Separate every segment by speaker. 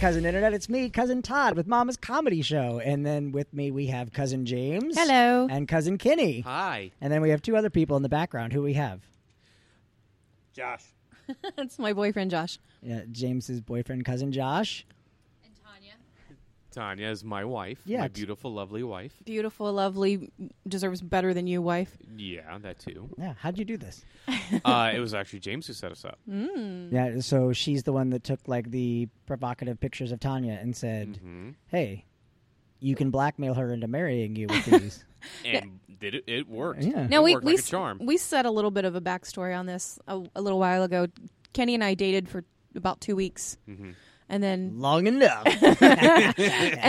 Speaker 1: cousin internet. It's me, cousin Todd, with Mama's Comedy Show, and then with me we have cousin James.
Speaker 2: Hello.
Speaker 1: And cousin Kinney.
Speaker 3: Hi.
Speaker 1: And then we have two other people in the background. Who we have?
Speaker 3: Josh.
Speaker 2: That's my boyfriend Josh.
Speaker 1: Yeah, James's boyfriend, cousin Josh.
Speaker 3: Tanya is my wife.
Speaker 1: Yeah,
Speaker 3: My
Speaker 1: it's-
Speaker 3: beautiful, lovely wife.
Speaker 2: Beautiful, lovely, deserves better than you, wife.
Speaker 3: Yeah, that too.
Speaker 1: Yeah, how'd you do this?
Speaker 3: uh, it was actually James who set us up.
Speaker 1: Mm.
Speaker 2: Mm.
Speaker 1: Yeah, so she's the one that took like the provocative pictures of Tanya and said,
Speaker 2: Mm-hmm.
Speaker 1: "Hey, you can blackmail her into marrying you with these."
Speaker 3: And did it, it worked.
Speaker 1: Yeah.
Speaker 3: It
Speaker 2: Now we
Speaker 3: worked
Speaker 2: we
Speaker 3: like a
Speaker 2: s-
Speaker 3: charm.
Speaker 2: we said a little bit of a backstory on this a, a little while ago. Kenny and I dated for about two weeks,
Speaker 3: Mm-hmm.
Speaker 2: and then
Speaker 1: Long enough.
Speaker 2: and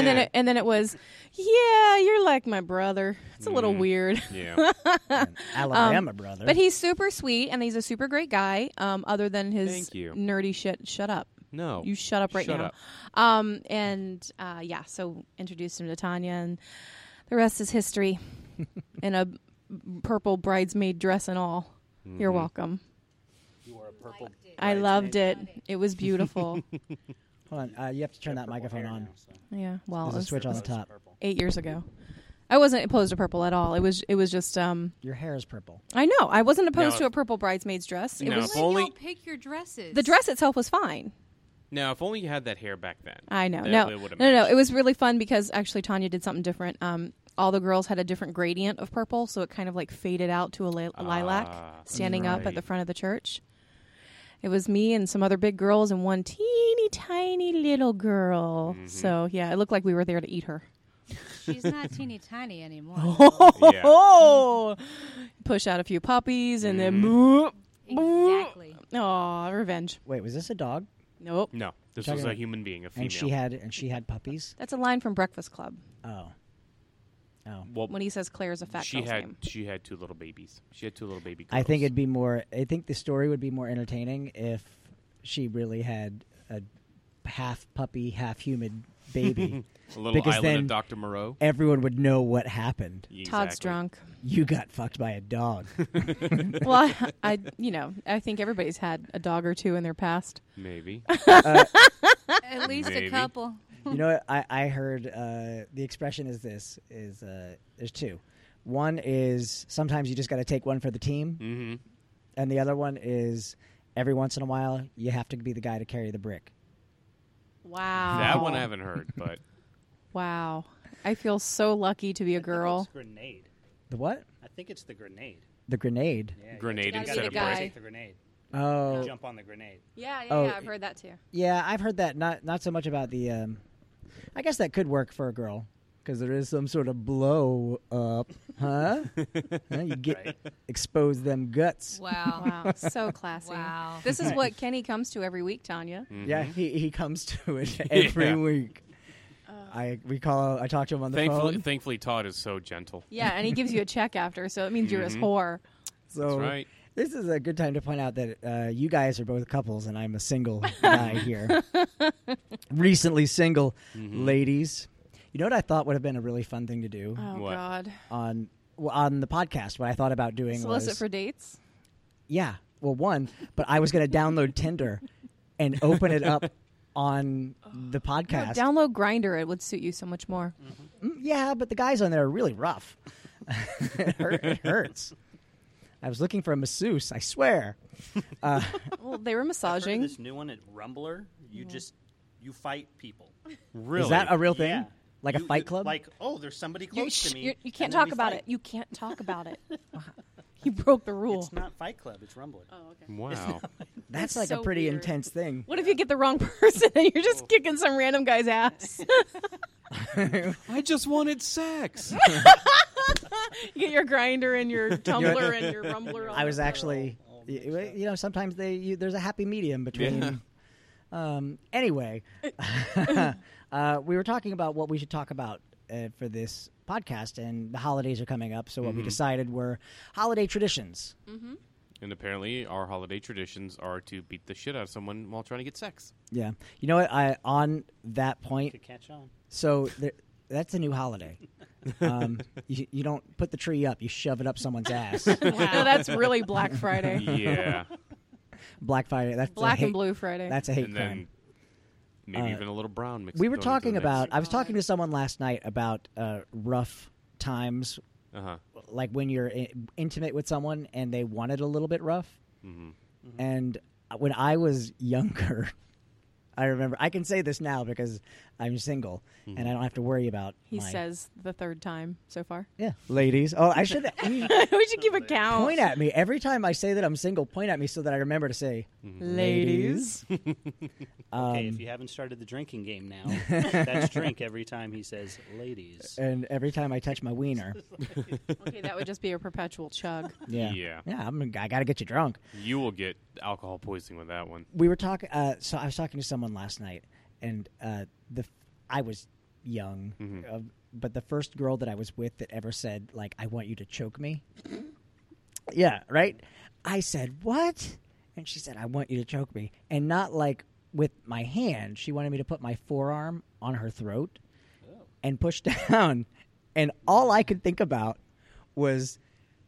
Speaker 2: then it, and then it was, yeah, you're like my brother. It's a little weird.
Speaker 3: Mm. yeah.
Speaker 1: Alabama brother.
Speaker 2: Um, But he's super sweet and he's a super great guy. Um, other than his
Speaker 3: Thank you.
Speaker 2: nerdy shit, shut up.
Speaker 3: No.
Speaker 2: You shut up right
Speaker 3: Shut
Speaker 2: now.
Speaker 3: up.
Speaker 2: Um, and uh, yeah, so introduced him to Tanya, and the rest is history. In a purple bridesmaid dress and all.
Speaker 3: Mm-hmm.
Speaker 2: You're welcome. You wore a purple. I loved it. It was beautiful.
Speaker 1: Hold on, uh, you have to turn that microphone on.
Speaker 4: Oh,
Speaker 2: yeah. Well, it
Speaker 1: There's a
Speaker 2: was
Speaker 1: switch on the top.
Speaker 2: eight years ago. I wasn't opposed to purple at all. It was. It was just. Um.
Speaker 1: Your hair is purple.
Speaker 2: I know. I wasn't opposed
Speaker 3: Now-
Speaker 2: to a purple bridesmaid's dress. It
Speaker 3: Now,
Speaker 2: was
Speaker 3: if
Speaker 5: Let
Speaker 3: only-
Speaker 5: y'all pick your dresses.
Speaker 2: the dress itself was fine.
Speaker 3: Now, if only you had that hair back then.
Speaker 2: I know.
Speaker 3: That
Speaker 2: No,
Speaker 3: it
Speaker 2: no,
Speaker 3: would've
Speaker 2: no, no.
Speaker 3: matched.
Speaker 2: It was really fun because actually Tanya did something different. Um, all the girls had a different gradient of purple, so it kind of like faded out to a, li- a lilac
Speaker 3: Ah,
Speaker 2: standing up at the
Speaker 3: right.
Speaker 2: front of the church. It was me and some other big girls and one teeny tiny little girl.
Speaker 3: Mm-hmm.
Speaker 2: So yeah, it looked like we were there to eat her.
Speaker 5: She's not teeny tiny anymore.
Speaker 3: Yeah.
Speaker 2: Oh, push out a few puppies and then
Speaker 3: Mm-hmm.
Speaker 2: boop.
Speaker 5: exactly.
Speaker 2: Oh, revenge.
Speaker 1: Wait, was this a dog?
Speaker 2: Nope.
Speaker 3: No. This
Speaker 1: Talking
Speaker 3: was a
Speaker 1: about-
Speaker 3: human being, a female.
Speaker 1: And she had and she had puppies.
Speaker 2: That's a line from Breakfast Club
Speaker 1: Oh, oh.
Speaker 3: well,
Speaker 2: when he says Claire is a fat
Speaker 3: she
Speaker 2: girl's
Speaker 3: had
Speaker 2: name.
Speaker 3: she had two little babies. She had two little baby girls.
Speaker 1: I think it'd be more. I think the story would be more entertaining if she really had a half puppy, half human baby.
Speaker 3: a little
Speaker 1: because
Speaker 3: island
Speaker 1: then-
Speaker 3: of Dr. Moreau.
Speaker 1: Everyone would know what happened.
Speaker 2: Todd's
Speaker 3: Exactly.
Speaker 2: drunk.
Speaker 1: You got fucked by a dog.
Speaker 2: well, I, I, you know, I think everybody's had a dog or two in their past.
Speaker 3: Maybe.
Speaker 5: At least
Speaker 3: Maybe.
Speaker 5: a couple.
Speaker 1: you know what I, I heard uh, the expression is this is uh, there's two one is sometimes you just got to take one for the team
Speaker 3: Mm.
Speaker 1: mm-hmm. and the other one is every once in a while you have to be the guy to carry the brick
Speaker 2: Wow.
Speaker 3: That one I haven't heard, but
Speaker 2: Wow. I feel so lucky to be a girl.
Speaker 4: grenade.
Speaker 1: the what
Speaker 4: I think it's the grenade.
Speaker 1: the grenade
Speaker 4: Yeah, you
Speaker 3: Grenade
Speaker 4: gotta- you
Speaker 2: instead of
Speaker 4: gotta
Speaker 2: brick.
Speaker 4: take the grenade.
Speaker 1: oh
Speaker 4: Jump on the grenade.
Speaker 2: Yeah, yeah,
Speaker 1: Oh, yeah, I've
Speaker 2: heard that too.
Speaker 1: yeah i've heard that not not so much about the um, i guess that could work for a girl because there is some sort of blow up huh Huh? you get
Speaker 4: Right.
Speaker 1: expose them guts
Speaker 5: Wow.
Speaker 2: Wow. So classy.
Speaker 5: Wow.
Speaker 2: This is what Kenny comes to every week, Tanya.
Speaker 3: Mm.
Speaker 1: Yeah, he, he comes to it every
Speaker 3: Mm-hmm. Yeah. Oh.
Speaker 1: week. I we call. I talk to him on the
Speaker 3: thankfully,
Speaker 1: phone.
Speaker 3: thankfully Todd is so gentle.
Speaker 2: Yeah, and he gives you a check after, so it means you're his
Speaker 3: Mm-hmm.
Speaker 2: whore.
Speaker 1: So
Speaker 3: right.
Speaker 1: this is a good time to point out that uh, you guys are both couples, and I'm a single guy here. Recently single,
Speaker 3: Mm-hmm.
Speaker 1: ladies. You know what I thought would have been a really fun thing to do
Speaker 2: Oh
Speaker 3: What?
Speaker 2: God.
Speaker 1: on well, on the podcast. What I thought about doing
Speaker 2: Solicit
Speaker 1: was
Speaker 2: for dates.
Speaker 1: yeah, well one, but I was going to download Tinder and open it up on the podcast.
Speaker 2: Download Grinder. It would suit you so much more.
Speaker 1: Yeah, but the guys on there are really rough. it, hurt, it hurts. I was looking for a masseuse, I swear.
Speaker 2: Well, they were
Speaker 4: I've heard of
Speaker 2: massaging.
Speaker 4: this new one at Rumbler. You just you fight people.
Speaker 3: Really?
Speaker 1: Is that a real thing?
Speaker 4: Yeah.
Speaker 1: Like
Speaker 4: You-
Speaker 1: a fight
Speaker 4: you-
Speaker 1: club?
Speaker 4: Like oh, there's somebody
Speaker 2: You,
Speaker 4: close
Speaker 2: shh,
Speaker 4: to me.
Speaker 2: you're- you
Speaker 4: and
Speaker 2: can't
Speaker 4: then
Speaker 2: talk
Speaker 4: we
Speaker 2: about
Speaker 4: fight.
Speaker 2: it. You can't talk about it. you broke the rule.
Speaker 4: It's not Fight Club. It's Rumbler.
Speaker 2: Oh, okay.
Speaker 3: Wow.
Speaker 1: That's
Speaker 2: That's
Speaker 1: like a
Speaker 2: so
Speaker 1: pretty
Speaker 2: weird.
Speaker 1: intense thing.
Speaker 2: What if you get the wrong person and you're
Speaker 4: Oh.
Speaker 2: just kicking some random guy's ass?
Speaker 3: I just wanted sex.
Speaker 2: you get your grinder and your tumbler and your rumbler.
Speaker 1: I was actually, you, you know, sometimes they you, there's a happy medium between.
Speaker 3: Yeah.
Speaker 1: Um, anyway, uh, we were talking about what we should talk about uh, for this podcast, and the holidays are coming up. So what we decided were holiday traditions.
Speaker 3: and apparently, our holiday traditions are to beat the shit out of someone while trying to get sex.
Speaker 1: Yeah, you know what? I on that point,
Speaker 4: Could catch on.
Speaker 1: So there, that's a new holiday. Um, you, you don't put the tree up; you shove it up someone's ass.
Speaker 2: No, that's really Black Friday,
Speaker 3: Yeah.
Speaker 1: Black Friday. That's a
Speaker 2: Black
Speaker 1: hate,
Speaker 2: and Blue Friday.
Speaker 1: That's a hate
Speaker 3: and
Speaker 1: crime.
Speaker 3: then Maybe
Speaker 1: Uh,
Speaker 3: even a little brown mixed.
Speaker 1: we were talking about. I was talking to someone last night about uh, rough times,
Speaker 3: Uh huh.
Speaker 1: like when you're I- intimate with someone and they want it a little bit rough.
Speaker 3: hmm
Speaker 2: Mm-hmm.
Speaker 1: And when I was younger, I remember. I can say this now because I'm single and I don't have to worry about.
Speaker 2: He
Speaker 1: my-
Speaker 2: says the third time so far.
Speaker 1: "Yeah, ladies." Oh, I should you
Speaker 2: we should keep a count.
Speaker 1: point at me every time I say that I'm single. Point at me so that I remember to say.
Speaker 2: Mm. ladies.
Speaker 1: Um,
Speaker 4: Okay, if you haven't started the drinking game now, that's drink every time he says ladies.
Speaker 1: And every time I touch my wiener,
Speaker 2: okay, that would just be a perpetual chug.
Speaker 1: yeah,
Speaker 3: Yeah.
Speaker 1: yeah, I'm, I got to get you drunk.
Speaker 3: You will get alcohol poisoning with that one.
Speaker 1: we were talking. Uh, so I was talking to someone last night, and uh, the f- I was young, uh, but the first girl that I was with that ever said like, "I want you to choke me." yeah, right. I said what? And she said, "I want you to choke me," and not like with my hand. She wanted me to put my forearm on her throat
Speaker 4: Oh.
Speaker 1: and push down, and all I could think about was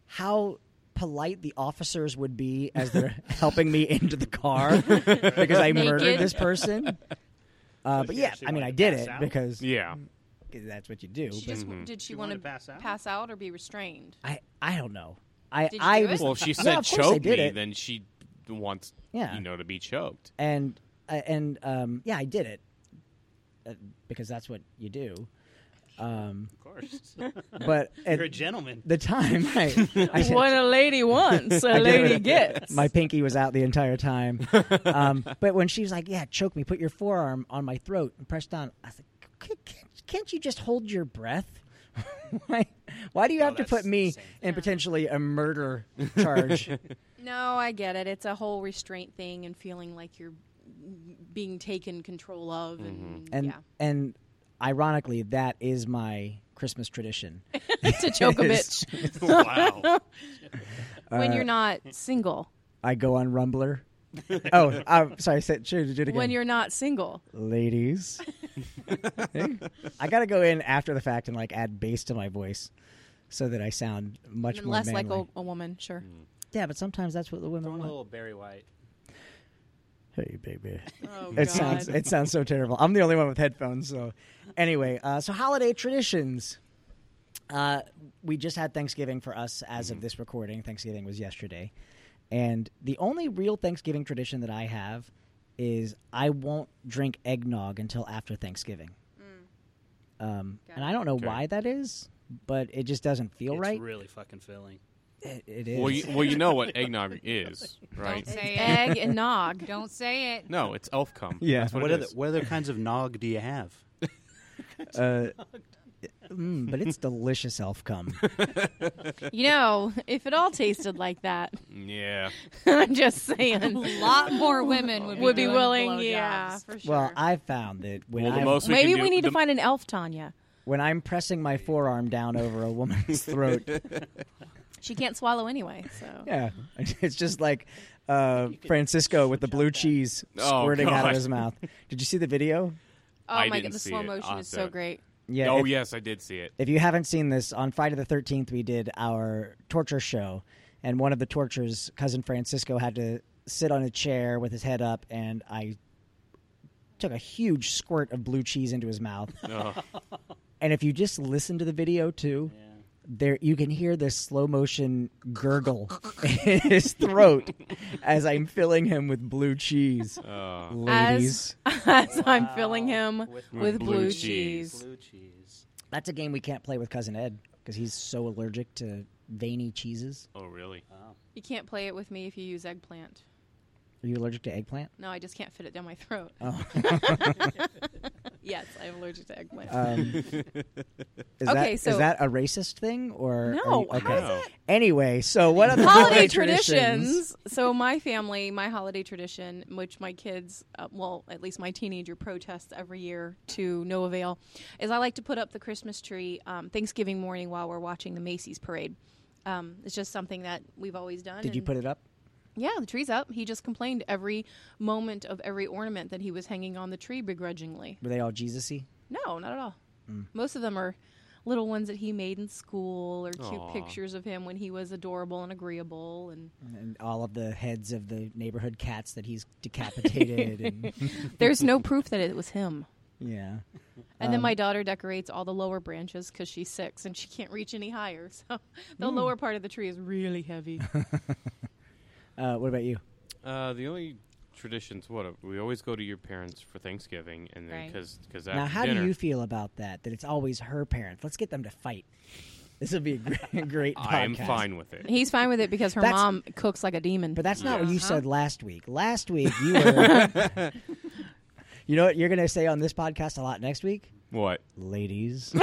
Speaker 1: how polite the officers would be as they're helping me into the car because I murdered
Speaker 2: Naked.
Speaker 1: this person. Uh, but
Speaker 4: she
Speaker 1: yeah,
Speaker 4: actually
Speaker 1: I mean,
Speaker 4: wanted
Speaker 1: I
Speaker 4: to
Speaker 1: did
Speaker 4: pass
Speaker 1: it
Speaker 4: out?
Speaker 1: because
Speaker 3: Yeah.
Speaker 1: that's what you do.
Speaker 2: She
Speaker 1: But
Speaker 2: just did she,
Speaker 4: She
Speaker 2: want to
Speaker 4: wanted to pass out?
Speaker 2: pass out or be restrained?
Speaker 1: I, I don't know. I,
Speaker 2: Did you
Speaker 1: I
Speaker 2: do it?
Speaker 1: was,
Speaker 3: Well, if she
Speaker 1: Yeah,
Speaker 3: said
Speaker 1: of course I
Speaker 3: choke
Speaker 1: did
Speaker 3: me,
Speaker 1: it.
Speaker 3: then she wants
Speaker 1: Yeah.
Speaker 3: you know to be choked.
Speaker 1: and uh, and um, yeah, I did it uh, because that's what you do. Um,
Speaker 4: Of course.
Speaker 1: but at
Speaker 4: You're a gentleman.
Speaker 1: the time, I, I said,
Speaker 2: What a lady wants, a
Speaker 1: I did
Speaker 2: lady
Speaker 1: it.
Speaker 2: gets.
Speaker 1: my pinky was out the entire time. Um, but when she was like, "Yeah, choke me, put your forearm on my throat and press down," I was like, "C- "Can't, can't you just hold your breath? why, why do you
Speaker 4: No,
Speaker 1: have to
Speaker 4: that's
Speaker 1: put me
Speaker 4: the same
Speaker 1: in potentially a murder charge?"
Speaker 2: no, I get it. It's a whole restraint thing and feeling like you're being taken control of, and,
Speaker 3: Mm-hmm.
Speaker 1: and
Speaker 2: yeah,
Speaker 1: and ironically, that is my Christmas tradition.
Speaker 2: to choke a
Speaker 1: is-
Speaker 2: bitch
Speaker 4: wow.
Speaker 1: uh,
Speaker 2: when you're not single.
Speaker 1: I go on Rumbler. oh, I'm sorry. I said, sure, do it again.
Speaker 2: When you're not single,
Speaker 1: ladies. I got to go in after the fact and like add bass to my voice so that I sound much
Speaker 2: and
Speaker 1: more
Speaker 2: less
Speaker 1: manly.
Speaker 2: like a, a woman. Sure.
Speaker 3: Mm.
Speaker 1: yeah, but sometimes that's what the
Speaker 4: Throw
Speaker 1: women
Speaker 4: in a
Speaker 1: want.
Speaker 4: little Barry White.
Speaker 1: Hey, baby.
Speaker 2: Oh,
Speaker 1: It sounds it sounds so terrible. I'm the only one with headphones, so anyway, uh, so holiday traditions. Uh, we just had Thanksgiving for us as
Speaker 2: Mm-hmm.
Speaker 1: of this recording. Thanksgiving was yesterday, and the only real Thanksgiving tradition that I have is I won't drink eggnog until after Thanksgiving. Um,
Speaker 2: Mm. Got
Speaker 1: and I don't know
Speaker 3: Okay.
Speaker 1: why that is, but it just doesn't feel
Speaker 4: It's
Speaker 1: right.
Speaker 4: really fucking filling.
Speaker 1: It- it is.
Speaker 3: Well, you, well, you know what eggnog is, right?
Speaker 5: Don't say it.
Speaker 2: egg and nog.
Speaker 5: Don't say it.
Speaker 3: No, it's elf cum.
Speaker 1: Yeah.
Speaker 3: That's what,
Speaker 4: What
Speaker 3: it
Speaker 4: other,
Speaker 3: is.
Speaker 4: what other kinds of nog do you have?
Speaker 1: Uh, mm, but it's delicious elf cum.
Speaker 2: You know, if it all tasted like that,
Speaker 3: Yeah.
Speaker 2: I'm just saying,
Speaker 5: A lot more women would be,
Speaker 2: would be
Speaker 5: doing
Speaker 2: willing.
Speaker 5: blowjobs.
Speaker 2: Yeah, for sure.
Speaker 1: Well, I found that when
Speaker 3: Well, the
Speaker 1: I'm-
Speaker 3: most we
Speaker 2: Maybe
Speaker 3: can do-
Speaker 2: we need
Speaker 3: the-
Speaker 2: to find an elf, Tanya.
Speaker 1: when I'm pressing my forearm down over a woman's throat.
Speaker 2: She can't swallow anyway, so
Speaker 1: Yeah, it's just like uh, Francisco with the blue cheese
Speaker 3: Oh,
Speaker 1: squirting out of
Speaker 3: God.
Speaker 1: his mouth. Did you see the video?
Speaker 2: oh
Speaker 3: I
Speaker 2: my god,
Speaker 3: didn't
Speaker 2: the
Speaker 3: see
Speaker 2: slow
Speaker 3: it.
Speaker 2: motion
Speaker 3: I'll
Speaker 2: is
Speaker 3: have
Speaker 2: so
Speaker 3: to-
Speaker 2: great.
Speaker 1: Yeah.
Speaker 3: oh
Speaker 1: if,
Speaker 3: yes, I did see it.
Speaker 1: if you haven't seen this, on Friday the Thirteenth we did our torture show, and one of the tortures, cousin Francisco, had to sit on a chair with his head up, and I took a huge squirt of blue cheese into his mouth.
Speaker 3: Ugh.
Speaker 1: and if you just listen to the video too. there you can hear this slow motion gurgle in his throat as I'm filling him with blue cheese.
Speaker 3: Uh,
Speaker 1: Ladies,
Speaker 2: As I'm filling him
Speaker 4: With-
Speaker 2: with,
Speaker 3: With
Speaker 2: blue,
Speaker 3: blue
Speaker 2: cheese.
Speaker 4: Blue cheese.
Speaker 1: that's a game we can't play with cousin Ed because he's so allergic to veiny cheeses.
Speaker 3: oh really?
Speaker 2: You can't play it with me if you use eggplant.
Speaker 1: Are you allergic to eggplant?
Speaker 2: No, I just can't fit it down my throat.
Speaker 1: Oh,
Speaker 2: Yes, I'm allergic to eggplant.
Speaker 1: um, is that
Speaker 2: Okay,
Speaker 1: is
Speaker 2: so-
Speaker 1: that a racist thing or are
Speaker 2: No,
Speaker 1: you-
Speaker 2: how's
Speaker 1: okay?
Speaker 3: that-
Speaker 1: Anyway, so what other
Speaker 2: holiday traditions. So my family, my holiday tradition, which my kids, uh, well, at least my teenager protests every year to no avail, is I like to put up the Christmas tree um, Thanksgiving morning while we're watching the Macy's parade. Um, it's just something that we've always done.
Speaker 1: Did you
Speaker 2: and-
Speaker 1: put it up?
Speaker 2: Yeah, the tree's up. He just complained every moment of every ornament that he was hanging on the tree begrudgingly.
Speaker 1: Were they all Jesusy?
Speaker 2: No, not at all. Most of them are little ones that he made in school or cute
Speaker 3: Aw.
Speaker 2: pictures of him when he was adorable and agreeable and
Speaker 1: and all of the heads of the neighborhood cats that he's decapitated. and,
Speaker 2: there's no proof that it was him.
Speaker 1: yeah,
Speaker 2: And
Speaker 1: Um,
Speaker 2: then my daughter decorates all the lower branches because she's six and she can't reach any higher. So the
Speaker 1: Mm.
Speaker 2: lower part of the tree is really heavy.
Speaker 1: uh, what about you?
Speaker 3: Uh, the only traditions, what uh, we always go to your parents for Thanksgiving, and then
Speaker 5: Right.
Speaker 3: because because
Speaker 1: now,
Speaker 3: after
Speaker 1: how
Speaker 3: dinner,
Speaker 1: do you feel about that? That it's always her parents. Let's get them to fight. This would be a great, great podcast.
Speaker 3: I am fine with it.
Speaker 2: He's fine with it because her
Speaker 1: That's-
Speaker 2: mom cooks like a demon.
Speaker 1: But that's not what you
Speaker 5: Uh-huh.
Speaker 1: said last week. Last week you were. you know what you're going to say on this podcast a lot next week,
Speaker 3: What?
Speaker 1: ladies.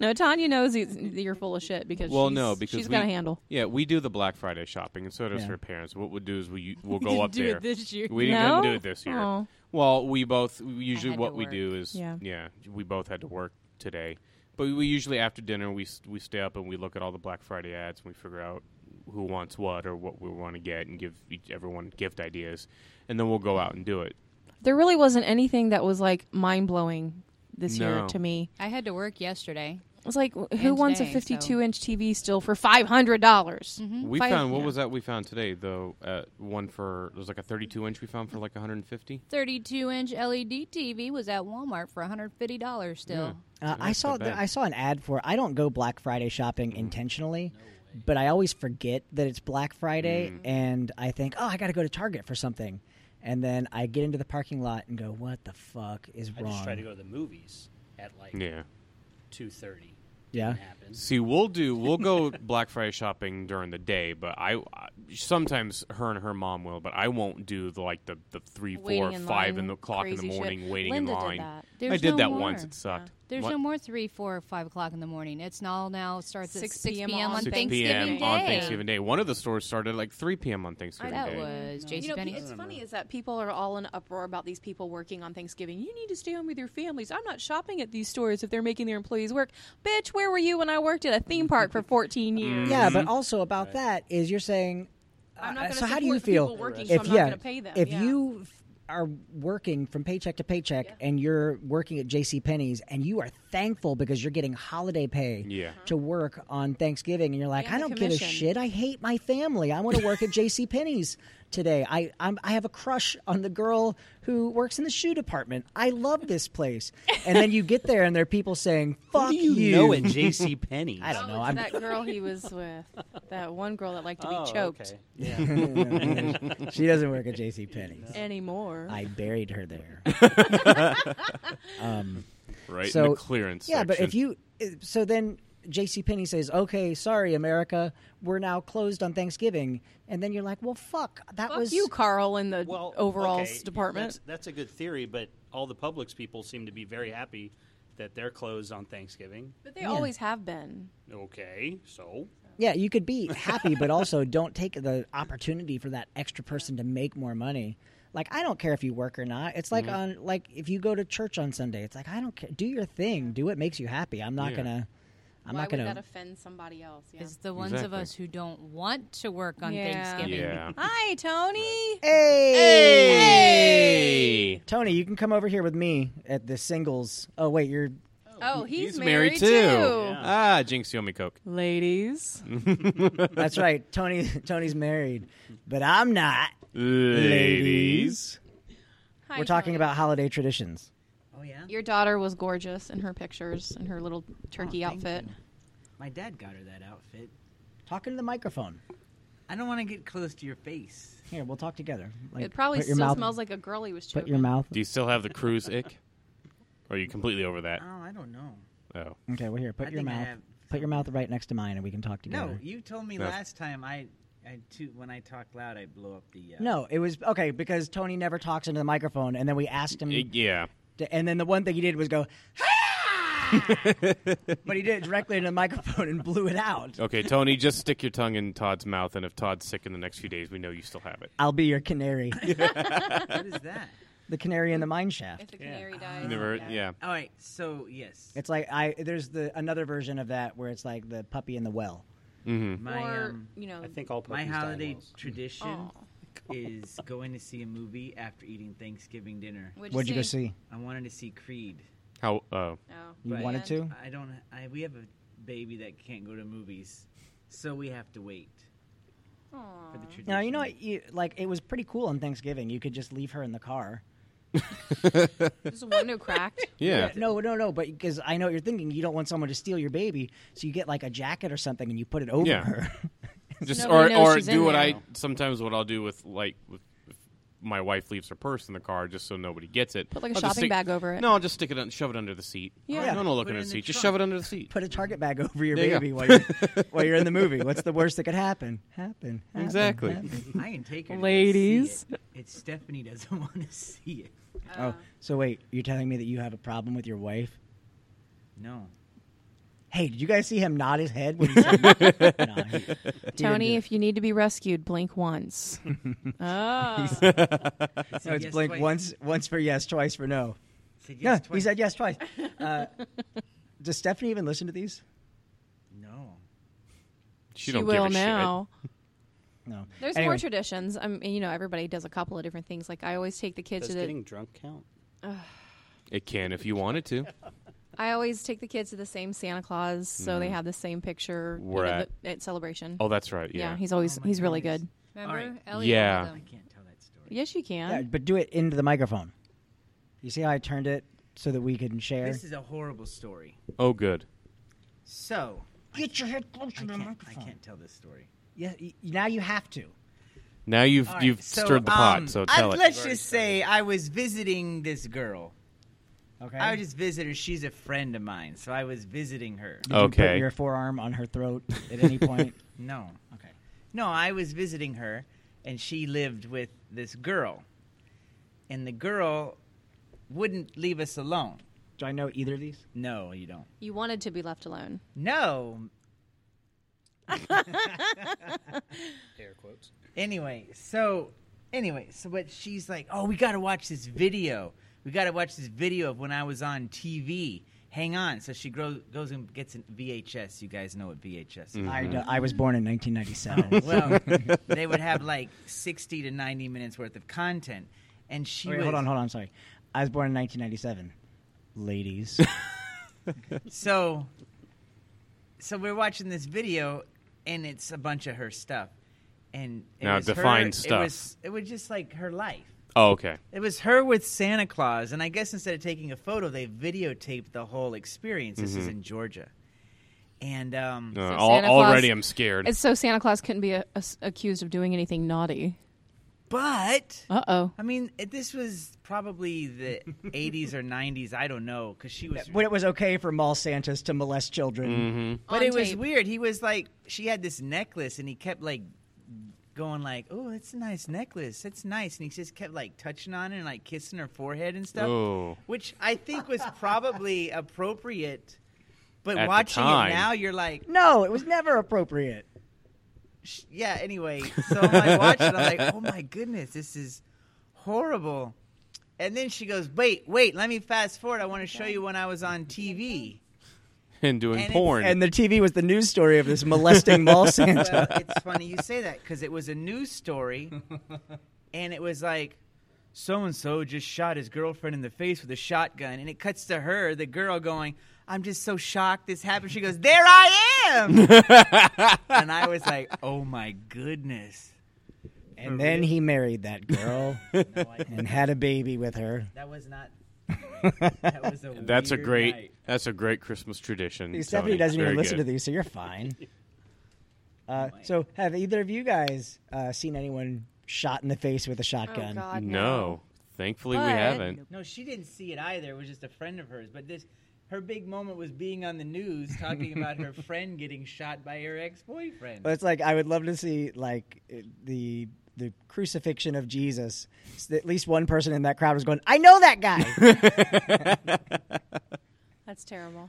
Speaker 2: no, Tanya knows he's, you're full of shit because
Speaker 3: Well,
Speaker 2: she's,
Speaker 3: no, because
Speaker 2: she's
Speaker 3: we-
Speaker 2: got a handle.
Speaker 3: Yeah, we do the Black Friday shopping, and so does
Speaker 1: Yeah.
Speaker 3: her parents. What we'll do is we we'll go up
Speaker 5: do
Speaker 3: there.
Speaker 5: it this year.
Speaker 3: we
Speaker 2: No?
Speaker 3: didn't do it this year.
Speaker 2: Oh.
Speaker 3: Well, we both usually
Speaker 5: had to
Speaker 3: what we
Speaker 5: work.
Speaker 3: do is yeah.
Speaker 2: Yeah.
Speaker 3: we both had to work today, but we usually after dinner we s- we stay up and we look at all the Black Friday ads and we figure out who wants what or what we want to get and give each, everyone gift ideas, and then we'll go out and do it.
Speaker 2: There really wasn't anything that was like mind blowing this year
Speaker 3: No.
Speaker 2: to me.
Speaker 5: I had to work yesterday.
Speaker 2: It was like, who
Speaker 5: And
Speaker 2: wants a
Speaker 5: today, so-
Speaker 2: 52 inch TV still for $500? dollars
Speaker 3: We
Speaker 2: Five-
Speaker 3: found what
Speaker 2: Mm-hmm. yeah.
Speaker 3: was that we found today though? Uh, one for it was like a 32 inch we found for like 150.
Speaker 5: 32 inch LED TV was at Walmart for $150 still.
Speaker 1: Uh, I
Speaker 3: that's
Speaker 1: saw
Speaker 3: not
Speaker 1: th-
Speaker 3: bad.
Speaker 1: I saw an ad for. I don't go Black Friday
Speaker 4: Mm.
Speaker 1: shopping intentionally, but I always forget that it's Black Friday,
Speaker 4: Mm.
Speaker 1: and I think, oh, I got to go to Target for something, and then I get into the parking lot and go, what the fuck is
Speaker 4: I
Speaker 1: wrong?
Speaker 4: just try to go to the movies at like
Speaker 3: Yeah.
Speaker 4: two thirty.
Speaker 1: Yeah.
Speaker 4: happens.
Speaker 3: See, we'll do we'll go Black Friday shopping during the day, but I, I sometimes her and her mom will, but I won't do the like the the three, four,
Speaker 2: Waiting in
Speaker 3: five in
Speaker 2: line,
Speaker 3: the clock in the
Speaker 2: crazy shit.
Speaker 3: morning waiting
Speaker 2: Linda
Speaker 3: in
Speaker 2: did
Speaker 3: line.
Speaker 2: that.
Speaker 3: I
Speaker 5: There's
Speaker 3: did
Speaker 5: no
Speaker 3: that
Speaker 5: more.
Speaker 3: once. It sucked.
Speaker 5: There's
Speaker 3: What?
Speaker 5: no more 3, 4, or 5 o'clock in the morning. It's all now starts at
Speaker 2: 6
Speaker 5: 6,
Speaker 2: p.m.
Speaker 5: p.m. on
Speaker 3: 6
Speaker 5: Thanksgiving
Speaker 3: p.m.
Speaker 5: Day.
Speaker 3: on Thanksgiving Day. One of the stores started at like 3 p.m. on Thanksgiving
Speaker 5: That
Speaker 3: Day.
Speaker 5: was
Speaker 2: You
Speaker 5: Jason
Speaker 2: know, pe-
Speaker 5: Penny.
Speaker 2: it's funny is that people are all in uproar about these people working on Thanksgiving. You need to stay home with your families. I'm not shopping at these stores if they're making their employees work. Bitch, where were you when I worked at a theme park for 14 years?
Speaker 3: Mm.
Speaker 1: Yeah,
Speaker 4: Mm-hmm.
Speaker 1: but also about that is you're saying.
Speaker 2: I'm not
Speaker 1: uh,
Speaker 2: gonna
Speaker 1: so how do you
Speaker 2: support people
Speaker 1: feel
Speaker 2: working, so
Speaker 1: if
Speaker 2: I'm not
Speaker 1: yeah,
Speaker 2: gonna pay them,
Speaker 1: if
Speaker 2: yeah.
Speaker 1: you f- are working from paycheck to paycheck and you're working at J.C. Penney's and you are thankful because you're getting holiday pay
Speaker 3: Yeah.
Speaker 1: to work on Thanksgiving and you're like
Speaker 2: Uh-huh. And
Speaker 1: I
Speaker 2: the
Speaker 1: don't give a
Speaker 2: commission.
Speaker 1: shit I hate my family I want to work at J.C. Penney's today I I'm, I have a crush on the girl who works in the shoe department I love this place and then you get there and there are people saying fuck
Speaker 4: you, know at J.C. Penney.
Speaker 1: I don't know I'm
Speaker 2: Oh, that girl he was with, that one girl that liked to be
Speaker 4: Oh,
Speaker 2: choked
Speaker 4: okay. Yeah.
Speaker 1: she doesn't work at J.C. Penney's.
Speaker 2: anymore.
Speaker 1: I buried her there.
Speaker 3: right in
Speaker 1: So-
Speaker 3: the clearance
Speaker 1: yeah, but if
Speaker 3: section.
Speaker 1: you eh, so then J.C. Penney says, "Okay, sorry, America, we're now closed on Thanksgiving," and then you're like, "Well, fuck, that
Speaker 2: Fuck
Speaker 1: was
Speaker 2: you, Carl, in the
Speaker 4: well,
Speaker 2: overalls
Speaker 4: okay,
Speaker 2: department.
Speaker 4: That's, that's a good theory, but all the Publix people seem to be very happy that they're closed on Thanksgiving.
Speaker 2: But they always have been.
Speaker 4: Okay, so
Speaker 1: yeah." You could be happy, but also don't take the opportunity for that extra person to make more money. Like I don't care if you work or not. It's
Speaker 3: Mm-hmm.
Speaker 1: like on like if you go to church on Sunday, it's like I don't care. Do your thing. Do what makes you happy. I'm not
Speaker 3: Yeah.
Speaker 1: gonna. I'm
Speaker 2: Why
Speaker 1: not
Speaker 2: would
Speaker 1: gonna.
Speaker 2: that offend somebody else? Yeah.
Speaker 5: It's the ones
Speaker 3: Exactly.
Speaker 5: of us who don't want to work on
Speaker 2: Yeah.
Speaker 5: Thanksgiving.
Speaker 3: Yeah.
Speaker 2: Hi, Tony.
Speaker 3: Hey!
Speaker 1: Tony, you can come over here with me at the singles. Oh wait, you're
Speaker 2: Oh, he's,
Speaker 3: He's married, too. Ah, Jinx, you owe me Coke.
Speaker 2: Ladies.
Speaker 1: that's right. Tony, Tony's married, but I'm not.
Speaker 3: Ladies.
Speaker 1: We're talking about holiday traditions.
Speaker 6: Oh yeah,
Speaker 2: Your daughter was gorgeous in her pictures and her little turkey
Speaker 6: Oh, thank
Speaker 2: outfit.
Speaker 6: you. my dad got her that outfit.
Speaker 1: Talking to the microphone.
Speaker 6: I don't want to get close to your face.
Speaker 1: Here, we'll talk together. Like,
Speaker 2: It probably
Speaker 1: put your
Speaker 2: still
Speaker 1: mouth-
Speaker 2: smells like a girl he was choking.
Speaker 1: Put your mouth.
Speaker 3: Do you still have the cruise ick? Or are you completely over that?
Speaker 6: Oh, I don't know.
Speaker 3: Oh.
Speaker 1: Okay, we're here. Put
Speaker 6: I
Speaker 1: your
Speaker 6: think I
Speaker 1: mouth.
Speaker 6: have
Speaker 1: Put your mouth right next to mine, and we can talk together.
Speaker 6: No, you told me
Speaker 3: No.
Speaker 6: last time I, I too, when I talk loud, I blow up the. Uh,
Speaker 1: No, it was okay because Tony never talks into the microphone, and then we asked him,
Speaker 3: I- yeah.
Speaker 1: to, and then the one thing he did was go, but he did it directly into the microphone and blew it out.
Speaker 3: Okay, Tony, just stick your tongue in Todd's mouth, and if Todd's sick in the next few days, we know you still have it.
Speaker 1: I'll be your canary,
Speaker 6: what is that?
Speaker 1: the canary in the mine shaft.
Speaker 2: If the
Speaker 4: Yeah.
Speaker 2: canary dies.
Speaker 3: Never,
Speaker 2: yeah.
Speaker 3: yeah.
Speaker 6: All right, so yes,
Speaker 1: It's like I there's the another version of that where it's like the puppy in the well.
Speaker 6: my
Speaker 2: or,
Speaker 6: um,
Speaker 2: you know,
Speaker 4: I think all
Speaker 6: Oh, my
Speaker 4: puppies die
Speaker 6: holiday
Speaker 4: wells.
Speaker 6: tradition
Speaker 2: Aw.
Speaker 6: is going to see a movie after eating Thanksgiving dinner.
Speaker 5: What'd
Speaker 1: What'd you go see?
Speaker 6: I wanted to see Creed.
Speaker 3: How? Uh,
Speaker 2: Oh,
Speaker 1: You
Speaker 6: Right.
Speaker 1: wanted to?
Speaker 6: I don't. I we have a baby that can't go to movies, so we have to wait for the tradition.
Speaker 1: No, you know what? You, like it was pretty cool on Thanksgiving. You could just leave her in the car.
Speaker 2: There's a window cracked.
Speaker 3: yeah.
Speaker 1: No, no, no. But because I know what you're thinking, you don't want someone to steal your baby, so you get like a jacket or something and you put it over
Speaker 3: Yeah.
Speaker 1: her.
Speaker 3: Just or
Speaker 2: Nobody knows
Speaker 3: or
Speaker 2: she's in
Speaker 3: do what I
Speaker 2: there.
Speaker 3: sometimes what I'll do with like with if my wife leaves her purse in the car just so nobody gets it.
Speaker 2: Put like a
Speaker 3: I'll just
Speaker 2: shopping
Speaker 3: stick-
Speaker 2: bag over it.
Speaker 3: No, I'll just stick it un- shove it under the seat.
Speaker 2: Yeah.
Speaker 3: I don't know look under
Speaker 6: Put
Speaker 3: the
Speaker 6: it in the
Speaker 3: seat. just
Speaker 6: trunk.
Speaker 3: shove it under the seat.
Speaker 1: put a target bag over your
Speaker 3: There you
Speaker 1: baby
Speaker 3: go.
Speaker 1: while you're while you're in the movie. What's the worst that could happen? Happen. happen,
Speaker 3: Exactly.
Speaker 1: happen.
Speaker 6: I can take her. to go see
Speaker 2: Ladies.
Speaker 6: it. It's Stephanie doesn't want to see it.
Speaker 3: Uh,
Speaker 1: Oh, so wait, you're telling me that you have a problem with your wife?
Speaker 6: No.
Speaker 1: Hey, did you guys see him nod his head when he said that? No, he- he didn't
Speaker 2: Tony,
Speaker 1: do
Speaker 2: if you need to be rescued, blink once. oh.
Speaker 3: Oh,
Speaker 1: it. no, it's
Speaker 6: yes
Speaker 1: blink
Speaker 6: twice.
Speaker 1: once once for yes, twice for no.
Speaker 6: Said
Speaker 1: Yeah,
Speaker 6: yes
Speaker 1: he
Speaker 6: twice.
Speaker 1: said yes twice. Uh, does Stephanie even listen to these?
Speaker 6: no.
Speaker 3: She,
Speaker 2: She
Speaker 3: don't
Speaker 2: will
Speaker 3: give a
Speaker 2: now.
Speaker 1: No.
Speaker 2: There's
Speaker 1: Anyway,
Speaker 2: more traditions. I mean, you know, everybody does a couple of different things. Like I always take the kids
Speaker 4: Does
Speaker 2: to the
Speaker 4: getting drunk count?
Speaker 3: shit. It can if you wanted to.
Speaker 2: I always take the kids to the same Santa Claus, so they have the same picture you
Speaker 3: Mm-hmm. We're
Speaker 2: know,
Speaker 3: at-
Speaker 2: the- at celebration.
Speaker 3: Oh, that's right.
Speaker 2: yeah.
Speaker 3: Yeah.
Speaker 2: he's always
Speaker 6: Oh my
Speaker 2: he's really
Speaker 6: goodness.
Speaker 2: good.
Speaker 5: Remember?
Speaker 6: All right.
Speaker 5: Ellie
Speaker 3: Yeah.
Speaker 5: told
Speaker 6: I
Speaker 5: them.
Speaker 6: can't tell that story.
Speaker 2: Yes, you
Speaker 1: yeah,
Speaker 2: can.
Speaker 1: but do it into the microphone. You see how I turned it so that we can share?
Speaker 6: This is a horrible story.
Speaker 3: oh, good.
Speaker 6: So
Speaker 1: Get your head closer
Speaker 6: I can't, I can't tell this story.
Speaker 1: Yeah, y- now you have to.
Speaker 3: Now you've
Speaker 6: All right,
Speaker 3: you've
Speaker 6: so,
Speaker 3: stirred the pot.
Speaker 6: um,
Speaker 3: So
Speaker 6: I-
Speaker 3: tell it.
Speaker 6: Let's just say I was visiting this girl.
Speaker 1: Okay.
Speaker 6: I would just visit her. She's a friend of mine, so I was visiting her.
Speaker 1: Did you
Speaker 3: Okay.
Speaker 1: put your forearm on her throat at any point?
Speaker 6: No,
Speaker 1: okay.
Speaker 6: no, I was visiting her, and she lived with this girl, and the girl wouldn't leave us alone.
Speaker 1: Do I know either of these?
Speaker 6: No, you don't.
Speaker 2: You wanted to be left alone.
Speaker 6: No.
Speaker 4: Air quotes.
Speaker 6: Anyway, so anyway, so but she's like, "Oh, we got to watch this video. We got to watch this video of when I was on TV." Hang on. So she grow, goes and gets an VHS. You guys know what VHS is.
Speaker 1: I, d- I was born in 1997.
Speaker 6: well, they would have like 60 to 90 minutes worth of content. And she
Speaker 1: Wait,
Speaker 6: was,
Speaker 1: hold on, hold on. Sorry. I was born in 1997. Ladies.
Speaker 6: So, so we're watching this video, and it's a bunch of her stuff. And it
Speaker 3: Now,
Speaker 6: was her-
Speaker 3: define
Speaker 6: It
Speaker 3: stuff.
Speaker 6: was, it was just like her life.
Speaker 3: Oh, okay.
Speaker 6: It was her with Santa Claus, and I guess instead of taking a photo, they videotaped the whole experience. This
Speaker 3: Mm-hmm.
Speaker 6: is in Georgia, and um,
Speaker 3: Uh,
Speaker 2: So
Speaker 3: al-
Speaker 2: Santa Claus-
Speaker 3: already, I'm scared.
Speaker 2: It's so Santa Claus couldn't be a, a s- accused of doing anything naughty.
Speaker 6: but
Speaker 2: Uh oh.
Speaker 6: I mean, it, this was probably the '80s or '90s. I don't know because she was
Speaker 1: when it was okay for mall Santas to molest children.
Speaker 6: But
Speaker 2: on
Speaker 6: it was
Speaker 2: tape.
Speaker 6: weird. He was like, she had this necklace, and he kept like going like, "Oh, that's a nice necklace. That's nice." And he just kept like touching on it and like kissing her forehead and stuff,
Speaker 3: Oh.
Speaker 6: which I think was probably appropriate. But
Speaker 3: At the
Speaker 6: watching it
Speaker 3: time.
Speaker 6: now, you're like,
Speaker 1: No, it was never appropriate.
Speaker 6: Sh- yeah. Anyway, so I'm like watching. I'm like, oh my goodness, this is horrible. And then she goes, wait, wait, let me fast forward. I want to show you when I was on TV.
Speaker 3: and doing
Speaker 6: and it's-
Speaker 3: porn.
Speaker 1: And the TV was the news story of this molesting mall
Speaker 6: well,
Speaker 1: Santa.
Speaker 6: it's funny you say that because it was a news story, and it was like so and so just shot his girlfriend in the face with a shotgun, and it cuts to her, the girl going, "I'm just so shocked this happened." She goes, "There I am," and I was like, "Oh my goodness!"
Speaker 1: and then he married that girl and had a baby with her.
Speaker 6: That was not. That was a.
Speaker 3: that's a
Speaker 6: weird
Speaker 3: great.
Speaker 6: night.
Speaker 3: That's a great Christmas tradition.
Speaker 1: See, Stephanie
Speaker 3: Tony.
Speaker 1: doesn't
Speaker 3: Very
Speaker 1: even listen
Speaker 3: good.
Speaker 1: to these, so you're fine. Uh, so, have either of you guys uh, seen anyone shot in the face with a shotgun?
Speaker 2: Oh, God,
Speaker 3: No, thankfully we
Speaker 2: But-
Speaker 3: haven't.
Speaker 6: No, she didn't see it either. It was just a friend of hers. But this, her big moment was being on the news talking about her friend getting shot by her ex-boyfriend.
Speaker 1: But it's like I would love to see like it- the the crucifixion of Jesus. S- At least one person in that crowd was going, "I know that guy."
Speaker 2: That's terrible.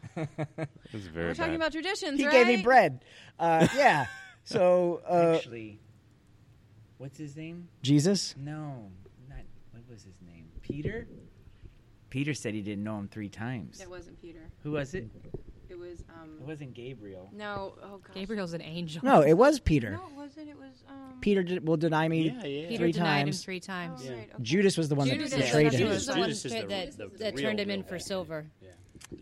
Speaker 3: It's very
Speaker 2: We're talking
Speaker 3: bad.
Speaker 2: about traditions,
Speaker 1: he
Speaker 2: right?
Speaker 1: gave me bread. Uh, yeah. So uh,
Speaker 6: Actually, what's his name?
Speaker 1: Jesus.
Speaker 6: No, not what was his name? Peter. Peter said he didn't know him three times.
Speaker 2: It wasn't Peter.
Speaker 6: Who was it?
Speaker 2: It was
Speaker 6: It
Speaker 2: um.
Speaker 6: wasn't Gabriel.
Speaker 2: No. Oh God.
Speaker 5: Gabriel's an angel.
Speaker 1: No, it was Peter.
Speaker 2: No, it wasn't. It was um.
Speaker 1: Peter d- will deny me.
Speaker 4: Yeah, yeah.
Speaker 5: Peter
Speaker 1: Three
Speaker 5: denied
Speaker 1: times.
Speaker 5: him three times.
Speaker 2: Oh, right, okay.
Speaker 1: Judas was the one
Speaker 2: Judas
Speaker 1: that
Speaker 2: is-
Speaker 1: betrayed
Speaker 2: that's
Speaker 1: him.
Speaker 2: who it
Speaker 4: Judas
Speaker 2: was.
Speaker 4: is the-
Speaker 5: that,
Speaker 4: the
Speaker 5: that
Speaker 4: real,
Speaker 5: turned him in
Speaker 4: real
Speaker 5: for
Speaker 4: bad.
Speaker 5: silver.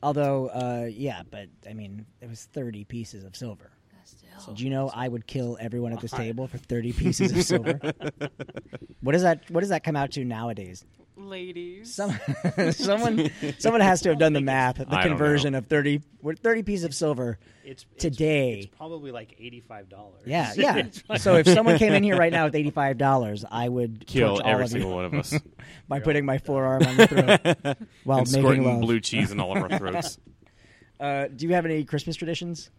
Speaker 1: Although, uh, yeah, but I mean, it was 30 pieces of silver.
Speaker 2: Oh.
Speaker 1: So do you know I would kill everyone at this table for 30 pieces of silver? what does that What does that come out to nowadays?
Speaker 2: Ladies.
Speaker 1: Some, someone, someone has to have done the math, the
Speaker 3: I don't know.
Speaker 1: conversion of 30, we're 30 pieces of silver.
Speaker 4: It's it's-
Speaker 1: Today.
Speaker 4: It's, probably like eighty-five dollars.
Speaker 1: Yeah, yeah. so if someone came in here right now with eighty-five dollars, I would
Speaker 3: Kill
Speaker 1: torch all
Speaker 3: every
Speaker 1: of you
Speaker 3: single one of us.
Speaker 1: by putting my forearm on your throat while
Speaker 3: and
Speaker 1: making
Speaker 3: squirting
Speaker 1: love.
Speaker 3: blue cheese in all of our throats.
Speaker 1: Uh, do you have any Christmas traditions?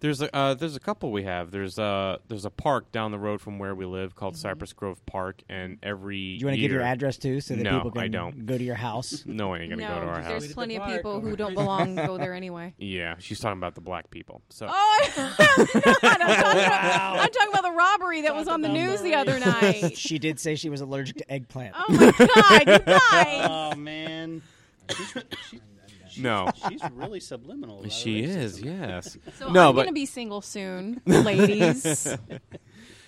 Speaker 3: There's a uh, there's a couple we have. There's a there's a park down the road from where we live called Cypress Grove Park, and every
Speaker 1: Do you want to give your address too, so that
Speaker 3: No,
Speaker 1: people can
Speaker 3: I don't.
Speaker 1: go to your house?
Speaker 3: No one ain't gonna go to our house.
Speaker 2: there's
Speaker 6: house.
Speaker 2: plenty of
Speaker 6: Park
Speaker 2: people who
Speaker 6: over.
Speaker 2: don't belong go there anyway.
Speaker 3: Yeah, she's talking about the black people. So
Speaker 2: Oh, I'm, not. I'm, talking about, I'm talking about the robbery that was on the news the other night.
Speaker 1: She did say she was allergic to eggplant.
Speaker 2: Oh my God, guys!
Speaker 4: Oh man. She's, she's,
Speaker 3: no,
Speaker 4: she's really subliminal. about her
Speaker 3: she
Speaker 4: racism.
Speaker 3: is. Yes.
Speaker 2: So
Speaker 3: No,
Speaker 2: I'm
Speaker 3: but-
Speaker 2: gonna be single soon, ladies.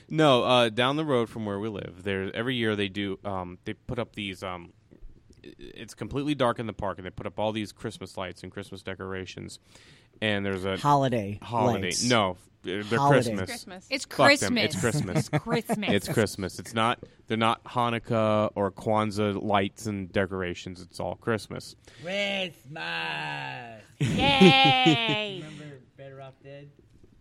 Speaker 3: No, uh, down the road from where we live, there every year they do. Um, they put up these. Um, i- it's completely dark in the park, and they put up all these Christmas lights and Christmas decorations. And there's a
Speaker 1: Holiday.
Speaker 3: holiday.
Speaker 1: lights.
Speaker 3: No, they're they're
Speaker 1: Holidays.
Speaker 3: Christmas.
Speaker 2: Christmas.
Speaker 5: It's
Speaker 3: Fuck
Speaker 5: Christmas.
Speaker 3: them. It's Christmas.
Speaker 5: Christmas.
Speaker 3: It's Christmas. It's not. They're not Hanukkah or Kwanzaa lights and decorations. It's all Christmas.
Speaker 6: Christmas.
Speaker 5: Yay!
Speaker 6: Remember Better Off Dead?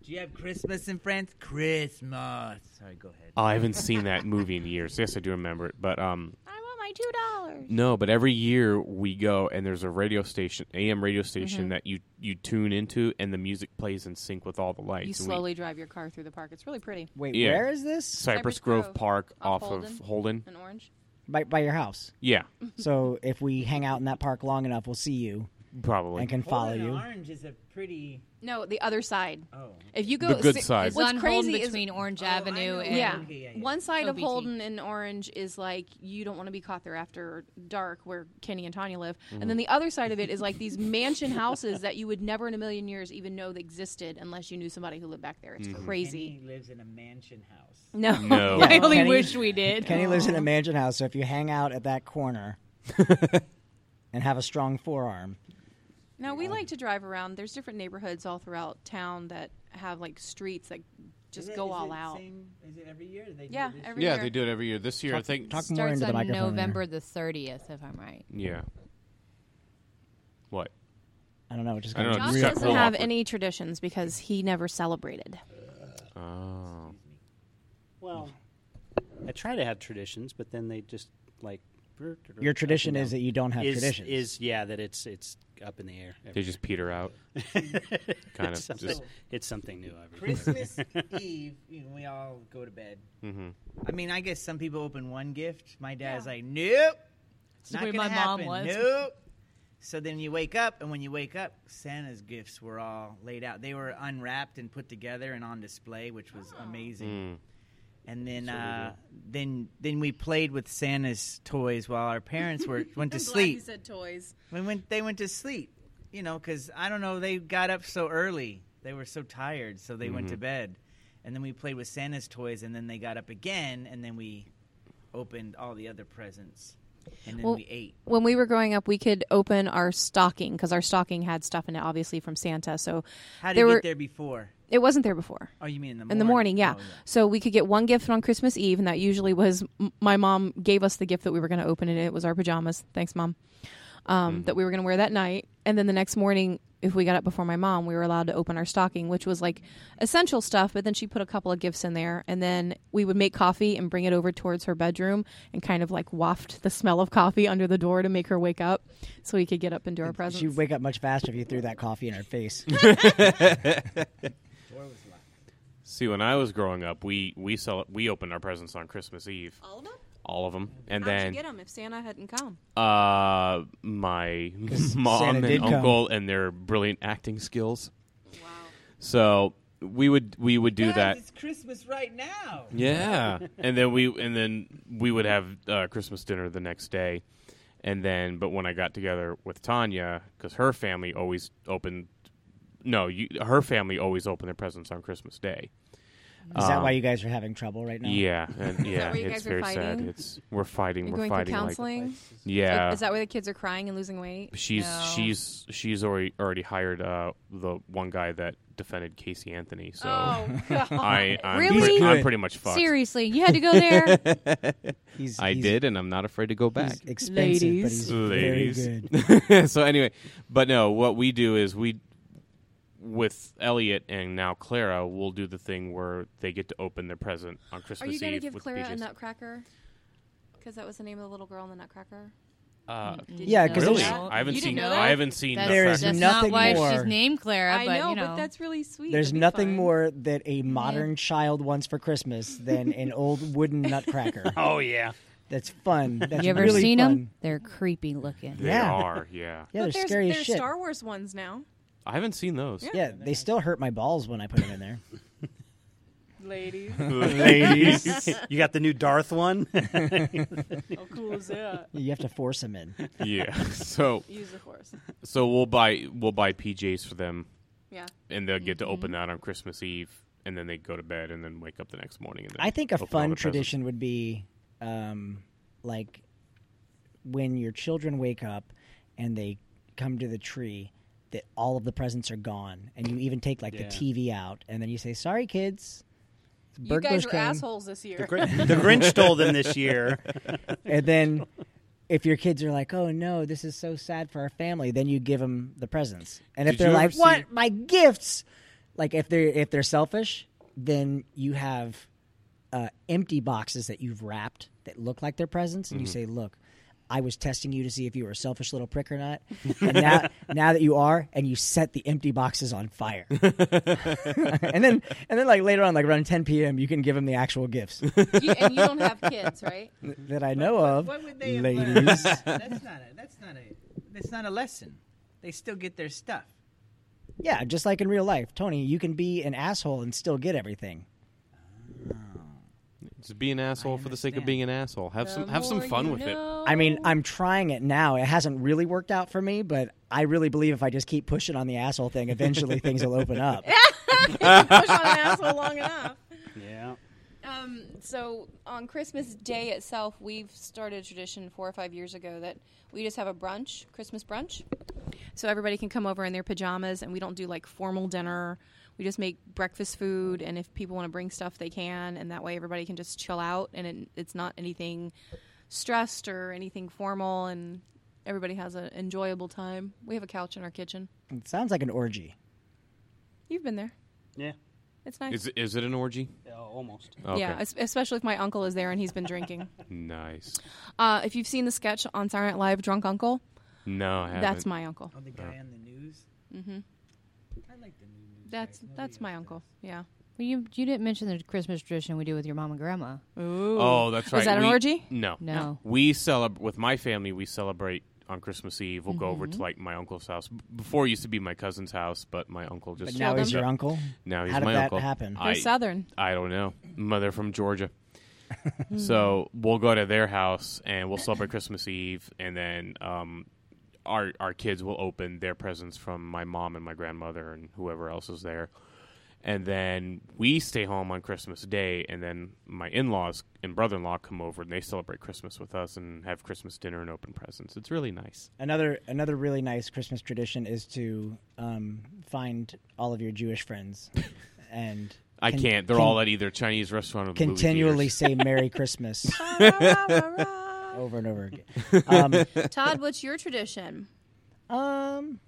Speaker 6: Do you have Christmas in France? Christmas. Sorry, go ahead.
Speaker 3: I haven't seen that movie in years. Yes, I do remember it, but um,
Speaker 5: I want my two dollars.
Speaker 3: No, but every year we go and there's a radio station, AM radio station that you you tune into, and the music plays in sync with all the lights.
Speaker 2: You
Speaker 3: And we-
Speaker 2: slowly drive your car through the park. It's really pretty.
Speaker 1: Wait,
Speaker 3: Yeah.
Speaker 1: where is this?
Speaker 3: Cypress,
Speaker 2: Cypress
Speaker 3: Grove,
Speaker 2: Grove,
Speaker 3: Park
Speaker 2: off
Speaker 3: off of
Speaker 2: Holden.
Speaker 3: Holden.
Speaker 2: An orange.
Speaker 1: By, by your house.
Speaker 3: Yeah,
Speaker 1: So if we hang out in that park long enough, we'll see you
Speaker 3: probably.
Speaker 1: and can follow
Speaker 6: Golden
Speaker 1: you.
Speaker 6: Orange is a pretty.
Speaker 2: No, the other side.
Speaker 6: Oh.
Speaker 2: If you go,
Speaker 3: The good
Speaker 2: si-
Speaker 3: side.
Speaker 5: It's
Speaker 2: What's
Speaker 5: on hold
Speaker 2: crazy is-
Speaker 5: between Orange
Speaker 6: Oh, I
Speaker 5: Avenue
Speaker 6: know.
Speaker 5: and
Speaker 2: Yeah.
Speaker 6: Okay, yeah, yeah.
Speaker 2: One side of
Speaker 5: OBT.
Speaker 2: Holden and Orange is like you don't want to be caught there after dark where Kenny and Tanya live.
Speaker 3: Mm-hmm.
Speaker 2: And then the other side of it is like these mansion houses that you would never in a million years even know that existed unless you knew somebody who lived back there. It's crazy.
Speaker 6: Kenny lives in a mansion house.
Speaker 2: No.
Speaker 3: Mm-hmm. No.
Speaker 5: I only
Speaker 1: Kenny-
Speaker 5: wish we did.
Speaker 1: Kenny lives in a mansion house, so if you hang out at that corner and have a strong forearm,
Speaker 2: No, we like to drive around. There's different neighborhoods all throughout town that have like streets that just
Speaker 6: Is it-
Speaker 2: go
Speaker 6: is
Speaker 2: all
Speaker 6: it
Speaker 2: out.
Speaker 6: Same, is it every year? They do
Speaker 2: Yeah,
Speaker 6: this year?
Speaker 2: every
Speaker 3: Yeah,
Speaker 2: year.
Speaker 3: they do it every year. This year, I think.
Speaker 1: talk more
Speaker 5: Starts
Speaker 1: into the
Speaker 5: on
Speaker 1: microphone. in there.
Speaker 5: November the thirtieth, if I'm right.
Speaker 3: Yeah. What?
Speaker 1: I don't know. It just
Speaker 3: I
Speaker 1: got
Speaker 3: don't know,
Speaker 2: Josh
Speaker 3: It's got
Speaker 2: doesn't
Speaker 3: real
Speaker 2: have
Speaker 3: awkward.
Speaker 2: any traditions because he never celebrated.
Speaker 3: Oh,
Speaker 4: Well, I try to have traditions, but then they just like.
Speaker 1: Your tradition
Speaker 4: you know,
Speaker 1: is that you don't have
Speaker 4: is,
Speaker 1: traditions.
Speaker 4: Is yeah that it's it's up in the air.
Speaker 3: they
Speaker 4: every-
Speaker 3: just peter out. kind
Speaker 4: it's,
Speaker 3: of.
Speaker 4: something,
Speaker 3: Just,
Speaker 4: it's something new every year.
Speaker 6: Christmas Eve, you know, we all go to bed.
Speaker 3: hmm
Speaker 6: I mean, I guess some people open one gift. My dad's like, nope. It's
Speaker 5: the
Speaker 6: not
Speaker 5: way
Speaker 6: gonna
Speaker 5: my mom
Speaker 6: happen.
Speaker 5: was.
Speaker 6: Nope. So then you wake up, and when you wake up, Santa's gifts were all laid out. They were unwrapped and put together and on display, which was
Speaker 2: Oh.
Speaker 3: Mm.
Speaker 6: amazing. And then, uh, then, then we played with Santa's toys while our parents were went to sleep.
Speaker 2: said toys.
Speaker 6: We went. They went to sleep. You know, because I don't know. They got up so early. They were so tired, so they went to bed. And then we played with Santa's toys, and then they got up again, and then we opened all the other presents, and then
Speaker 2: Well-
Speaker 6: we ate.
Speaker 2: when we were growing up, we could open our stocking because our stocking had stuff in it, obviously from Santa. So
Speaker 6: How did
Speaker 2: there
Speaker 6: you
Speaker 2: were
Speaker 6: get there before?
Speaker 2: it wasn't there before
Speaker 6: Oh, you mean in the morning?
Speaker 2: in the morning. Yeah,
Speaker 6: Oh,
Speaker 2: so we could get one gift on Christmas Eve, and that usually was m- my mom gave us the gift that we were going to open, and it was our pajamas. Thanks, mom. Um, That we were going to wear that night, and then the next morning, if we got up before my mom, we were allowed to open our stocking, which was like essential stuff. But then she put a couple of gifts in there, and then we would make coffee and bring it over towards her bedroom, and kind of like waft the smell of coffee under the door to make her wake up, so we could get up and do our presents.
Speaker 1: She'd wake up much faster if you threw that coffee in her face.
Speaker 3: See, when I was growing up, we we sell we opened our presents on Christmas Eve,
Speaker 2: All of them?
Speaker 3: all of them, and then
Speaker 2: them if Santa hadn't come?
Speaker 3: uh, my
Speaker 1: Santa
Speaker 3: mom
Speaker 1: did
Speaker 3: and
Speaker 1: come.
Speaker 3: uncle and their brilliant acting skills.
Speaker 2: Wow.
Speaker 3: So we would we would do
Speaker 6: Guys,
Speaker 3: that.
Speaker 6: It's Christmas right now.
Speaker 3: Yeah, and then we and then we would have uh, Christmas dinner the next day, and then but when I got together with Tanya, because her family always opened, no, you, her family always opened their presents on Christmas Day,
Speaker 1: Is that
Speaker 3: Um,
Speaker 1: why you guys are having trouble right now?
Speaker 3: Yeah, and, yeah,
Speaker 2: where you
Speaker 3: it's
Speaker 2: guys are
Speaker 3: very sad.
Speaker 2: fighting?
Speaker 3: It's we're fighting,
Speaker 2: You're
Speaker 3: we're
Speaker 2: going through
Speaker 3: fighting. like-
Speaker 2: counseling.
Speaker 3: yeah,
Speaker 2: Like, is that where the kids are crying and losing weight?
Speaker 3: she's
Speaker 5: No.
Speaker 3: she's she's already already hired uh, the one guy that defended Casey Anthony. So
Speaker 2: Oh, God.
Speaker 3: I I'm,
Speaker 5: Really?
Speaker 3: pretty,
Speaker 1: Good.
Speaker 3: I'm pretty much fucked.
Speaker 5: Seriously, you had to go there.
Speaker 1: He's,
Speaker 3: I
Speaker 1: he's-
Speaker 3: did, and I'm not afraid to go back.
Speaker 1: He's expensive, but
Speaker 2: Ladies.
Speaker 1: he's
Speaker 3: ladies.
Speaker 1: very good.
Speaker 3: so anyway, but no, what we do is we with Elliot and now Clara, we'll do the thing where they get to open their present on
Speaker 2: Are
Speaker 3: Christmas
Speaker 2: you going to
Speaker 3: Eve
Speaker 2: give
Speaker 3: with
Speaker 2: Clara a
Speaker 3: BJ's.
Speaker 2: nutcracker? Because that was the name of the little girl in the nutcracker.
Speaker 3: Uh,
Speaker 2: Did you
Speaker 1: Yeah,
Speaker 2: know
Speaker 1: 'cause
Speaker 3: really?
Speaker 1: there's-
Speaker 2: that?
Speaker 3: I haven't
Speaker 2: You didn't
Speaker 3: seen.
Speaker 2: know
Speaker 3: I
Speaker 2: that?
Speaker 3: haven't seen.
Speaker 5: That's,
Speaker 1: There is
Speaker 5: that's
Speaker 3: nutcracker.
Speaker 1: nothing
Speaker 5: not why
Speaker 1: more.
Speaker 5: she's named Clara,
Speaker 2: I
Speaker 5: but
Speaker 2: know,
Speaker 5: you know.
Speaker 2: but that's really sweet.
Speaker 1: There's
Speaker 2: That'd be
Speaker 1: nothing
Speaker 2: fun.
Speaker 1: more that a modern child wants for Christmas than an old wooden nutcracker.
Speaker 4: Oh yeah.
Speaker 1: That's fun. That's
Speaker 5: you ever
Speaker 1: really
Speaker 5: seen
Speaker 1: fun.
Speaker 5: them? They're creepy looking.
Speaker 3: They
Speaker 1: Yeah.
Speaker 3: are. Yeah,
Speaker 1: Yeah, they're
Speaker 2: but there's,
Speaker 1: scary
Speaker 2: there's
Speaker 1: as shit.
Speaker 2: Star Wars ones now.
Speaker 3: I haven't seen those.
Speaker 1: yeah, they still hurt my balls when I put them in there.
Speaker 2: Ladies.
Speaker 4: Ladies. you got the new Darth one?
Speaker 2: How cool is that?
Speaker 1: You have to force them in.
Speaker 3: yeah. So
Speaker 2: Use the horse.
Speaker 3: so we'll buy we'll buy PJs for them,
Speaker 2: Yeah.
Speaker 3: and they'll get to
Speaker 1: Mm-hmm.
Speaker 3: open that on Christmas Eve, and then they go to bed, and then wake up the next morning. And then
Speaker 1: I think a
Speaker 3: open all
Speaker 1: fun
Speaker 3: their presents.
Speaker 1: tradition would be um, like when your children wake up and they come to the tree that all of the presents are gone and you even take like
Speaker 4: Yeah.
Speaker 1: the TV out and then you say sorry kids
Speaker 2: You guys
Speaker 1: burglars
Speaker 2: are
Speaker 1: came."
Speaker 2: assholes this year.
Speaker 4: Gr- the Grinch stole them this year.
Speaker 1: and then if your kids are like oh no this is so sad for our family then you give them the presents and if
Speaker 3: Did
Speaker 1: they're
Speaker 3: you ever
Speaker 1: like
Speaker 3: see-
Speaker 1: what my gifts like if they're if they're selfish then you have uh, empty boxes that you've wrapped that look like they're presents, and you
Speaker 6: Mm-hmm.
Speaker 1: say, "Look, I was testing you to see if you were a selfish little prick or not, and now, now that you are, and you set the empty boxes on fire, and then and then like later on, like around 10 p.m., you can give them the actual gifts
Speaker 2: You- and you don't have kids, right?
Speaker 1: that I know of,
Speaker 6: What would they have learned?
Speaker 1: ladies.
Speaker 6: That's not a. That's not a. That's not a lesson. They still get their stuff.
Speaker 1: yeah, just like in real life, Tony, you can be an asshole and still get everything.
Speaker 3: Just be an asshole for the sake of
Speaker 6: understand.
Speaker 3: being an asshole. Have some
Speaker 2: The
Speaker 3: have some
Speaker 2: more
Speaker 3: fun
Speaker 2: you
Speaker 3: with it.
Speaker 2: know.
Speaker 1: I mean, I'm trying it now. It hasn't really worked out for me, but I really believe if I just keep pushing on the asshole thing, eventually things will open up.
Speaker 2: push on an asshole long enough.
Speaker 4: Yeah.
Speaker 2: Um, so on Christmas Day itself, we've started a tradition four or five years ago that we just have a brunch, Christmas brunch. So everybody can come over in their pajamas, and we don't do like formal dinner. We just make breakfast food, and if people want to bring stuff, they can, and that way everybody can just chill out, and it, it's not anything stressed or anything formal, and everybody has an enjoyable time. We have a couch in our kitchen.
Speaker 1: It sounds like an orgy.
Speaker 2: You've been there.
Speaker 4: Yeah.
Speaker 2: It's nice.
Speaker 3: Is is it an orgy?
Speaker 4: Yeah, almost.
Speaker 3: Okay.
Speaker 2: Yeah, es- especially if my uncle is there and he's been drinking.
Speaker 3: Nice.
Speaker 2: Uh, if you've seen the sketch on Saturday Night Live, Drunk Uncle,
Speaker 3: No, I haven't.
Speaker 2: that's my uncle.
Speaker 6: Oh, the guy on the news. Mm-hmm. I like the new news.
Speaker 2: That's
Speaker 6: guys. Nobody
Speaker 2: that's
Speaker 6: else
Speaker 2: my
Speaker 6: does.
Speaker 2: uncle. Yeah.
Speaker 5: Well, you you didn't mention the Christmas tradition we do with your mom and grandma.
Speaker 2: Ooh.
Speaker 3: Oh, that's right.
Speaker 2: Was that an
Speaker 3: We-
Speaker 2: orgy?
Speaker 3: No.
Speaker 5: No.
Speaker 3: We celebrate with my family. We celebrate on Christmas Eve. We'll go over
Speaker 1: Mm-hmm.
Speaker 3: to like my uncle's house. B- Before it used to be my cousin's house, but my uncle just
Speaker 1: But now he's
Speaker 3: Yeah.
Speaker 1: your uncle.
Speaker 3: Now he's
Speaker 1: How did
Speaker 3: my
Speaker 1: that
Speaker 3: uncle.
Speaker 1: happen?
Speaker 2: They're
Speaker 3: I,
Speaker 2: Southern.
Speaker 3: I don't know. Mother from Georgia. so we'll go to their house and we'll celebrate Christmas Eve, and then um, our our kids will open their presents from my mom and my grandmother and whoever else is there, and then we stay home on Christmas Day, and then my in laws and brother in law come over and they celebrate Christmas with us and have Christmas dinner and open presents. It's really nice.
Speaker 1: Another another really nice Christmas tradition is to um, find all of your Jewish friends and
Speaker 3: I
Speaker 1: con-
Speaker 3: can't. They're
Speaker 1: con-
Speaker 3: all at either Chinese restaurant or the movie
Speaker 1: continually say
Speaker 3: theaters.
Speaker 1: Merry Christmas over and over again.
Speaker 2: Todd, what's your tradition?
Speaker 1: Um, um,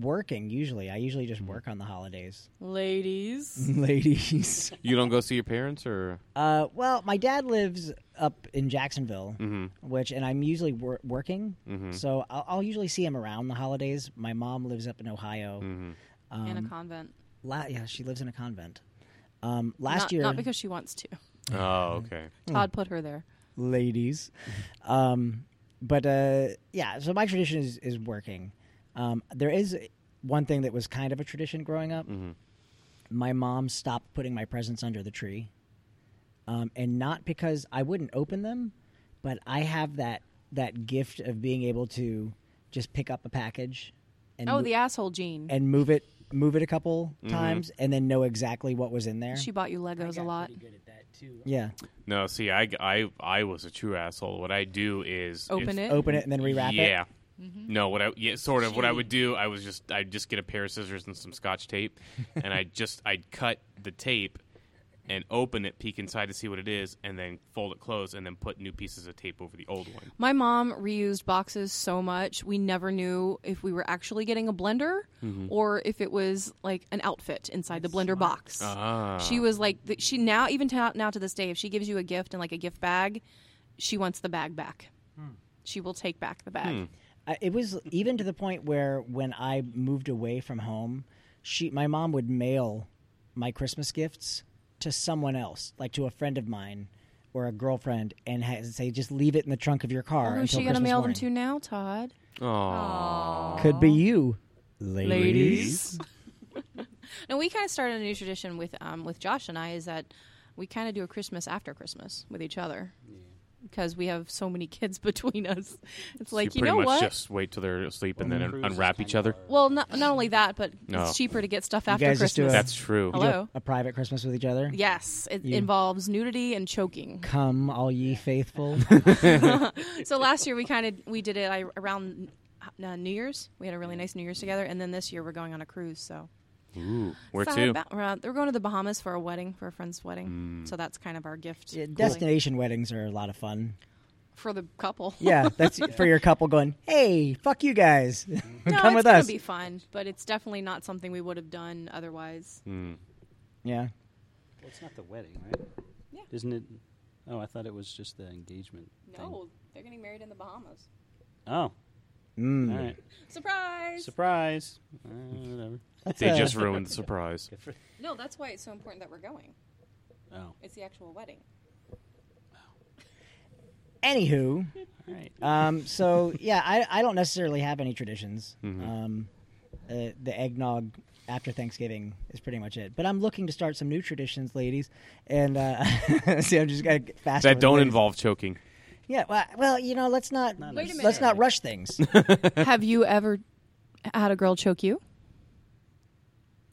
Speaker 1: working usually. I usually just work on the holidays,
Speaker 2: Ladies.
Speaker 1: ladies.
Speaker 3: You don't go see your parents or
Speaker 1: Uh, well, my dad lives up in Jacksonville, which, and I'm usually wor- working, so I'll, I'll usually see him around the holidays. My mom lives up in Ohio.
Speaker 2: in
Speaker 1: Um,
Speaker 2: a convent.
Speaker 1: La- yeah, she lives in a convent. Um, last
Speaker 2: not,
Speaker 1: year, Hmm.
Speaker 2: Not because she wants to.
Speaker 3: oh okay.
Speaker 2: Todd put her there.
Speaker 1: ladies. Um, but uh, yeah, so my tradition is is working. Um, there is one thing that was kind of a tradition growing up. My mom stopped putting my presents under the tree, um, and not because I wouldn't open them, but I have that that gift of being able to just pick up a package and
Speaker 2: Oh,
Speaker 1: mo-
Speaker 2: the asshole gene.
Speaker 1: and move it move it a couple times and then know exactly what was in there.
Speaker 2: She bought you Legos a lot.
Speaker 4: Good at that too.
Speaker 1: yeah,
Speaker 3: No, see, I, I, I was a true asshole. What I do is
Speaker 2: Open it. Mm-hmm.
Speaker 1: open it and then rewrap it.
Speaker 3: Yeah. No, what I yeah, sort of what I would do, I was just I'd just get a pair of scissors and some scotch tape, and I just I'd cut the tape and open it, peek inside to see what it is, and then fold it closed, and then put new pieces of tape over the old one.
Speaker 2: My mom reused boxes so much, we never knew if we were actually getting a blender
Speaker 3: Mm-hmm.
Speaker 2: or if it was like an outfit inside the blender box.
Speaker 3: Ah.
Speaker 2: She was like, th- she now, even to, now to this day, if she gives you a gift and like a gift bag, she wants the bag back.
Speaker 3: Hmm.
Speaker 2: She will take back the bag.
Speaker 1: I, it was even to the point where when I moved away from home, she my mom would mail my Christmas gifts to someone else, like to a friend of mine or a girlfriend, and ha- say just leave it in the trunk of your car.
Speaker 2: Who's
Speaker 1: until
Speaker 2: Oh, she going to
Speaker 1: Christmas
Speaker 2: mail
Speaker 1: morning.
Speaker 2: them to now, Todd?
Speaker 3: Oh, Aww.
Speaker 1: Could be you, ladies.
Speaker 2: And we kind of started a new tradition with um, with Josh and I is that we kind of do a Christmas after Christmas with each other because we have so many kids between us. It's like you,
Speaker 3: you pretty
Speaker 2: know
Speaker 3: much
Speaker 2: what?
Speaker 3: just wait till they're asleep and then
Speaker 4: Well,
Speaker 3: un-
Speaker 4: cruise is
Speaker 3: unwrap
Speaker 4: kind
Speaker 3: each
Speaker 4: of
Speaker 3: other.
Speaker 4: our-
Speaker 2: Well, not not only that, but
Speaker 3: No.
Speaker 2: it's cheaper to get stuff
Speaker 1: You
Speaker 2: after
Speaker 1: guys
Speaker 2: Christmas.
Speaker 1: just do a-
Speaker 3: That's true.
Speaker 1: You do a-
Speaker 2: Hello?
Speaker 1: a private Christmas with each other.
Speaker 2: yes, it
Speaker 1: You-
Speaker 2: involves nudity and choking.
Speaker 1: Come, all ye faithful.
Speaker 2: so last year we kind of we did it I, around uh, New Year's. We had a really nice New Year's together, and then this year we're going on a cruise. So
Speaker 3: Ooh, where
Speaker 2: So
Speaker 3: to?
Speaker 2: about- we're, out- we're going to the Bahamas for a wedding, for a friend's wedding. So that's kind of our gift
Speaker 1: Yeah,
Speaker 2: really,
Speaker 1: Destination weddings are a lot of fun.
Speaker 2: for the couple.
Speaker 1: Yeah, that's for your couple going. Hey, fuck you guys,
Speaker 2: no,
Speaker 1: come
Speaker 2: it's
Speaker 1: with
Speaker 2: gonna
Speaker 1: us.
Speaker 2: be fun, but it's definitely not something we would have done otherwise.
Speaker 1: yeah,
Speaker 4: Well, it's not the wedding, right?
Speaker 2: Yeah.
Speaker 4: Isn't it? Oh, I thought it was just the engagement. Thing.
Speaker 2: they're getting married in the Bahamas.
Speaker 4: Oh.
Speaker 1: Mm.
Speaker 4: All right.
Speaker 2: Surprise!
Speaker 4: Surprise. Uh, whatever.
Speaker 1: That's
Speaker 3: They
Speaker 1: a-
Speaker 3: just ruined the surprise.
Speaker 4: Good for-
Speaker 2: no, that's why it's so important that we're going.
Speaker 4: Oh. All
Speaker 2: It's the actual wedding.
Speaker 1: Anywho,
Speaker 4: right.
Speaker 1: um, so yeah, I, I don't necessarily have any traditions.
Speaker 3: Mm-hmm.
Speaker 1: Um, uh, the eggnog after Thanksgiving is pretty much it. But I'm looking to start some new traditions, ladies. And uh, see, I'm just gonna get fast.
Speaker 3: That don't involve choking.
Speaker 1: Yeah, well, well, you know, let's not,
Speaker 4: Not
Speaker 2: Wait a
Speaker 1: let's
Speaker 2: minute.
Speaker 1: not rush things.
Speaker 2: have you ever had a girl choke you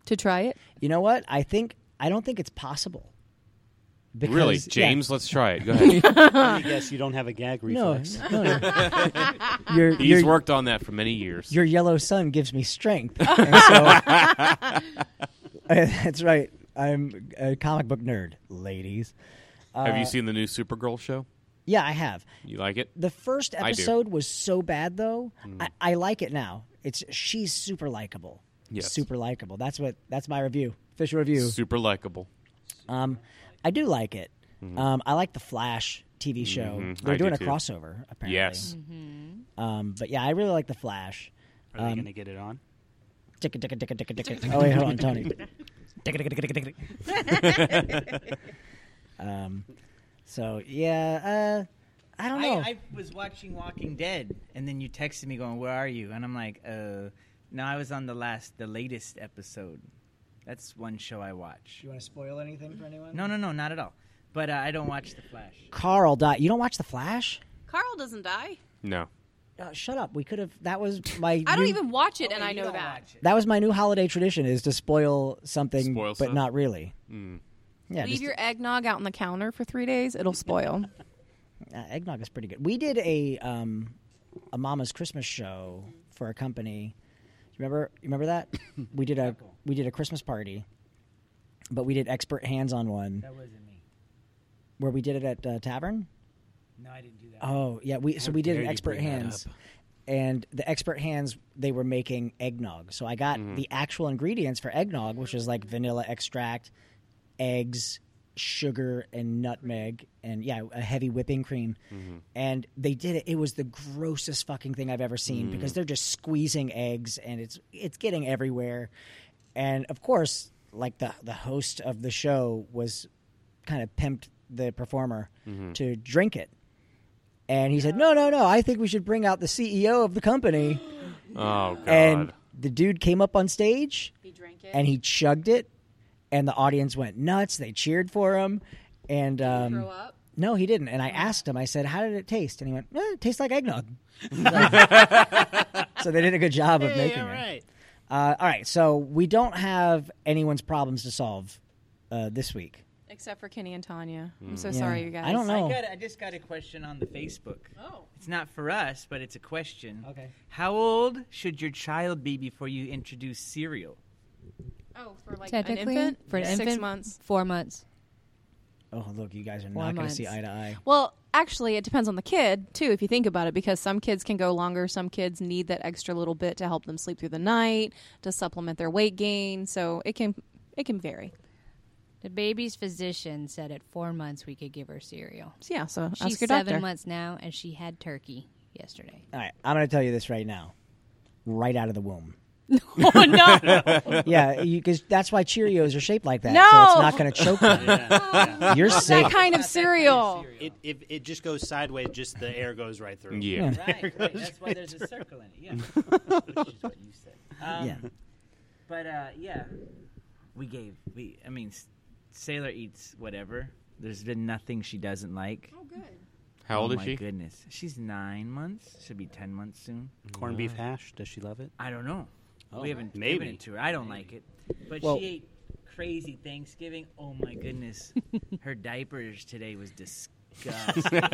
Speaker 2: to try it?
Speaker 1: you know what? I think I don't think it's possible. Because,
Speaker 3: Really,
Speaker 1: yeah.
Speaker 3: James? Let's try it. Go ahead.
Speaker 4: Let me guess you don't have a gag
Speaker 1: No,
Speaker 4: reflex.
Speaker 1: no, no. your,
Speaker 3: He's
Speaker 1: your,
Speaker 3: worked on that for many years.
Speaker 1: your yellow sun gives me strength. And so- that's right. I'm a comic book nerd, ladies.
Speaker 3: Have you seen the new Supergirl show?
Speaker 1: Yeah, I have.
Speaker 3: You like it?
Speaker 1: The first
Speaker 3: I do. Hmm.
Speaker 1: episode was so bad, though. I, I like it now. It's she's super likable.
Speaker 3: Yes.
Speaker 1: super likable. That's what. That's my review. Official review.
Speaker 3: Super likable.
Speaker 1: Um, I do like it. Um, I like the Flash TV show. They're
Speaker 3: Mhm. Mm-hmm. I do
Speaker 1: doing a
Speaker 3: too.
Speaker 1: crossover, apparently.
Speaker 3: Yes.
Speaker 2: Mm-hmm.
Speaker 1: Um, but yeah, I really like the Flash.
Speaker 4: Are
Speaker 6: Um,
Speaker 4: they going to get it on?
Speaker 1: Ticka ticka ticka ticka ticka. Oh wait, hold on, Tony. Ticka ticka ticka ticka ticka. Um, so yeah, uh, I don't know.
Speaker 6: I, I was watching Walking Dead, and then you texted me going, "Where are you?" And I'm like, "Uh, no, I was on the last, the latest episode. That's one show I watch.
Speaker 1: want to spoil anything for anyone?
Speaker 6: No, no, no, not at all. But uh, I don't watch The Flash.
Speaker 1: Carl died. You don't watch The Flash?
Speaker 2: Carl doesn't die.
Speaker 3: No.
Speaker 1: Uh, shut up. We could have. That was my.
Speaker 2: I don't
Speaker 1: new-
Speaker 2: even watch it, and I
Speaker 6: You
Speaker 2: know
Speaker 6: don't
Speaker 2: that.
Speaker 6: watch it.
Speaker 1: That was my new holiday tradition: is to spoil something,
Speaker 3: Spoil
Speaker 1: but
Speaker 3: stuff? Hmm.
Speaker 1: not really. Yeah,
Speaker 2: Leave
Speaker 1: just-
Speaker 2: your eggnog out on the counter for three days; it'll spoil.
Speaker 1: uh, eggnog is pretty good. We did a um, a Mama's Christmas show for a company. You remember? You remember that? we did a we did a Christmas party, but we did expert hands on one
Speaker 6: That wasn't me.
Speaker 1: where we did it at uh, tavern.
Speaker 6: No, I didn't do that.
Speaker 1: Oh yeah, we so we did
Speaker 4: dare
Speaker 1: an
Speaker 4: you
Speaker 1: expert
Speaker 4: bring that
Speaker 1: hands,
Speaker 4: up.
Speaker 1: and the expert hands they were making eggnog. So I got
Speaker 4: Mm-hmm.
Speaker 1: the actual ingredients for eggnog, which is like vanilla extract, eggs, sugar, and nutmeg, and yeah, a heavy whipping cream.
Speaker 4: Mm-hmm.
Speaker 1: And they did it. It was the grossest fucking thing I've ever seen
Speaker 4: Mm.
Speaker 1: because they're just squeezing eggs, and it's it's getting everywhere. And of course, like the the host of the show was kind of pimped the performer
Speaker 4: Mm-hmm.
Speaker 1: to drink it. And he said, "No, no, no. I think we should bring out the CEO of the company."
Speaker 3: Oh God.
Speaker 1: And the dude came up on stage
Speaker 2: He drank it
Speaker 1: and he chugged it, and the audience went nuts. They cheered for him, and um,
Speaker 2: up.
Speaker 1: no, he didn't. And I asked him. I said, "How did it taste?" And he went, eh, "It tastes like eggnog." so they did a good job of making it. Uh, all right, so we don't have anyone's problems to solve uh, this week.
Speaker 2: Except for Kenny and Tanya. I'm so
Speaker 1: Yeah.
Speaker 2: sorry, you guys.
Speaker 1: I don't know.
Speaker 6: I, got, I just got a question on the Facebook.
Speaker 2: Oh.
Speaker 6: It's not for us, but it's a question.
Speaker 1: Okay.
Speaker 6: How old should your child be before you introduce cereal?
Speaker 2: Oh, for like an
Speaker 5: Technically,
Speaker 2: infant?
Speaker 5: for an
Speaker 2: Six
Speaker 5: infant,
Speaker 2: months.
Speaker 5: four months.
Speaker 1: Oh, look, you guys are
Speaker 5: Four
Speaker 1: not going to see
Speaker 5: months.
Speaker 1: eye to eye.
Speaker 2: Well, actually, it depends on the kid, too, if you think about it, because some kids can go longer. Some kids need that extra little bit to help them sleep through the night, to supplement their weight gain. So it can it can vary.
Speaker 5: The baby's physician said at four months we could give her cereal.
Speaker 2: So, yeah, so
Speaker 5: She's
Speaker 2: ask your
Speaker 5: seven
Speaker 2: doctor.
Speaker 5: months now, and she had turkey yesterday.
Speaker 1: All right, I'm going to tell you this right now, right out of the womb.
Speaker 2: oh, no.
Speaker 1: yeah, because that's why Cheerios are shaped like that. So
Speaker 2: No!
Speaker 1: it's not going to choke them. You're safe.
Speaker 2: that kind of cereal.
Speaker 4: It, if it just goes sideways, just the air goes right through.
Speaker 3: Yeah.
Speaker 6: Right, right. That's why there's a circle in it. Yeah. Which is what you said. Um,
Speaker 1: Yeah.
Speaker 6: But uh, yeah, we gave we. I mean, S- Sailor eats whatever. There's been nothing she doesn't like.
Speaker 2: Oh, good.
Speaker 3: How old
Speaker 6: oh
Speaker 3: is
Speaker 6: my
Speaker 3: she?
Speaker 6: Goodness, she's nine months. Should be ten months soon.
Speaker 4: Corned beef hash. Does she love it?
Speaker 6: I don't know.
Speaker 4: Oh,
Speaker 6: we haven't
Speaker 4: maybe.
Speaker 6: given it to her. I don't like it. But
Speaker 1: Well-
Speaker 6: she ate crazy Thanksgiving. Oh my goodness, her diapers today was disgusting.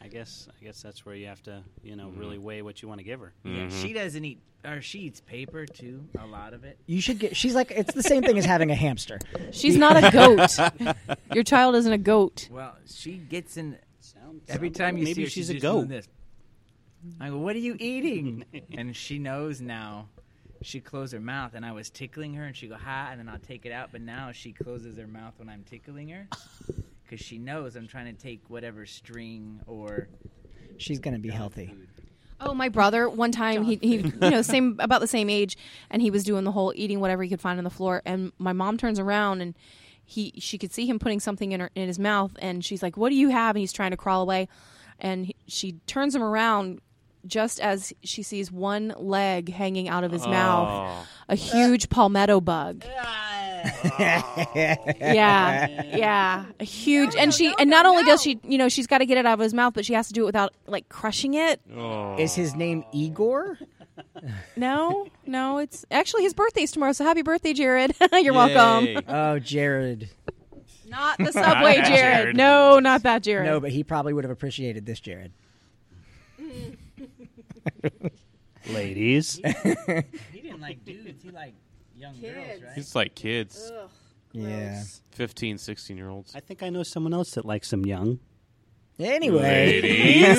Speaker 4: I guess. I guess that's where you have to, you know, really weigh what you want to give her.
Speaker 6: yeah,
Speaker 3: Mm-hmm.
Speaker 6: she doesn't eat, or she eats paper too. A lot of it.
Speaker 1: You should get. She's like it's the same thing as having a hamster.
Speaker 2: She's not a goat. Your child isn't a goat.
Speaker 6: Well, she gets in
Speaker 4: Sounds,
Speaker 6: Every time you
Speaker 4: maybe
Speaker 6: see her,
Speaker 4: she's,
Speaker 6: she's
Speaker 4: a
Speaker 6: just
Speaker 4: goat.
Speaker 6: doing This. I go, what are you eating? and she knows now. She closed her mouth, and I was tickling her, and she go ha, and then I'll take it out. But now she closes her mouth when I'm tickling her, because she knows I'm trying to take whatever string or
Speaker 1: She's going to be healthy.
Speaker 2: Oh, my brother. One time, he, he you know same about the same age, and he was doing the whole eating whatever he could find on the floor. And my mom turns around and he she could see him putting something in her in his mouth, and she's like, "What do you have?" And he's trying to crawl away, and he, she turns him around just as she sees one leg hanging out of his
Speaker 3: Oh.
Speaker 2: mouth, a huge palmetto bug. yeah, yeah, a huge. and she and not only does she you know she's got to get it out of his mouth, but she has to do it without like crushing it.
Speaker 3: Oh.
Speaker 1: Is his name Igor?
Speaker 2: No, no, it's actually his birthday's tomorrow, so happy birthday, Jared. You're welcome.
Speaker 1: Oh, Jared.
Speaker 2: Not the subway,
Speaker 3: that
Speaker 2: Jared.
Speaker 3: Jared.
Speaker 2: No, not that Jared.
Speaker 1: No, but he probably would have appreciated this, Jared.
Speaker 4: Ladies,
Speaker 6: he didn't like dudes, he liked young girls, right?
Speaker 3: It's like kids,
Speaker 1: Yeah.
Speaker 3: fifteen, sixteen 15, 16 year olds.
Speaker 4: I think I know someone else that likes them young.
Speaker 1: Anyway,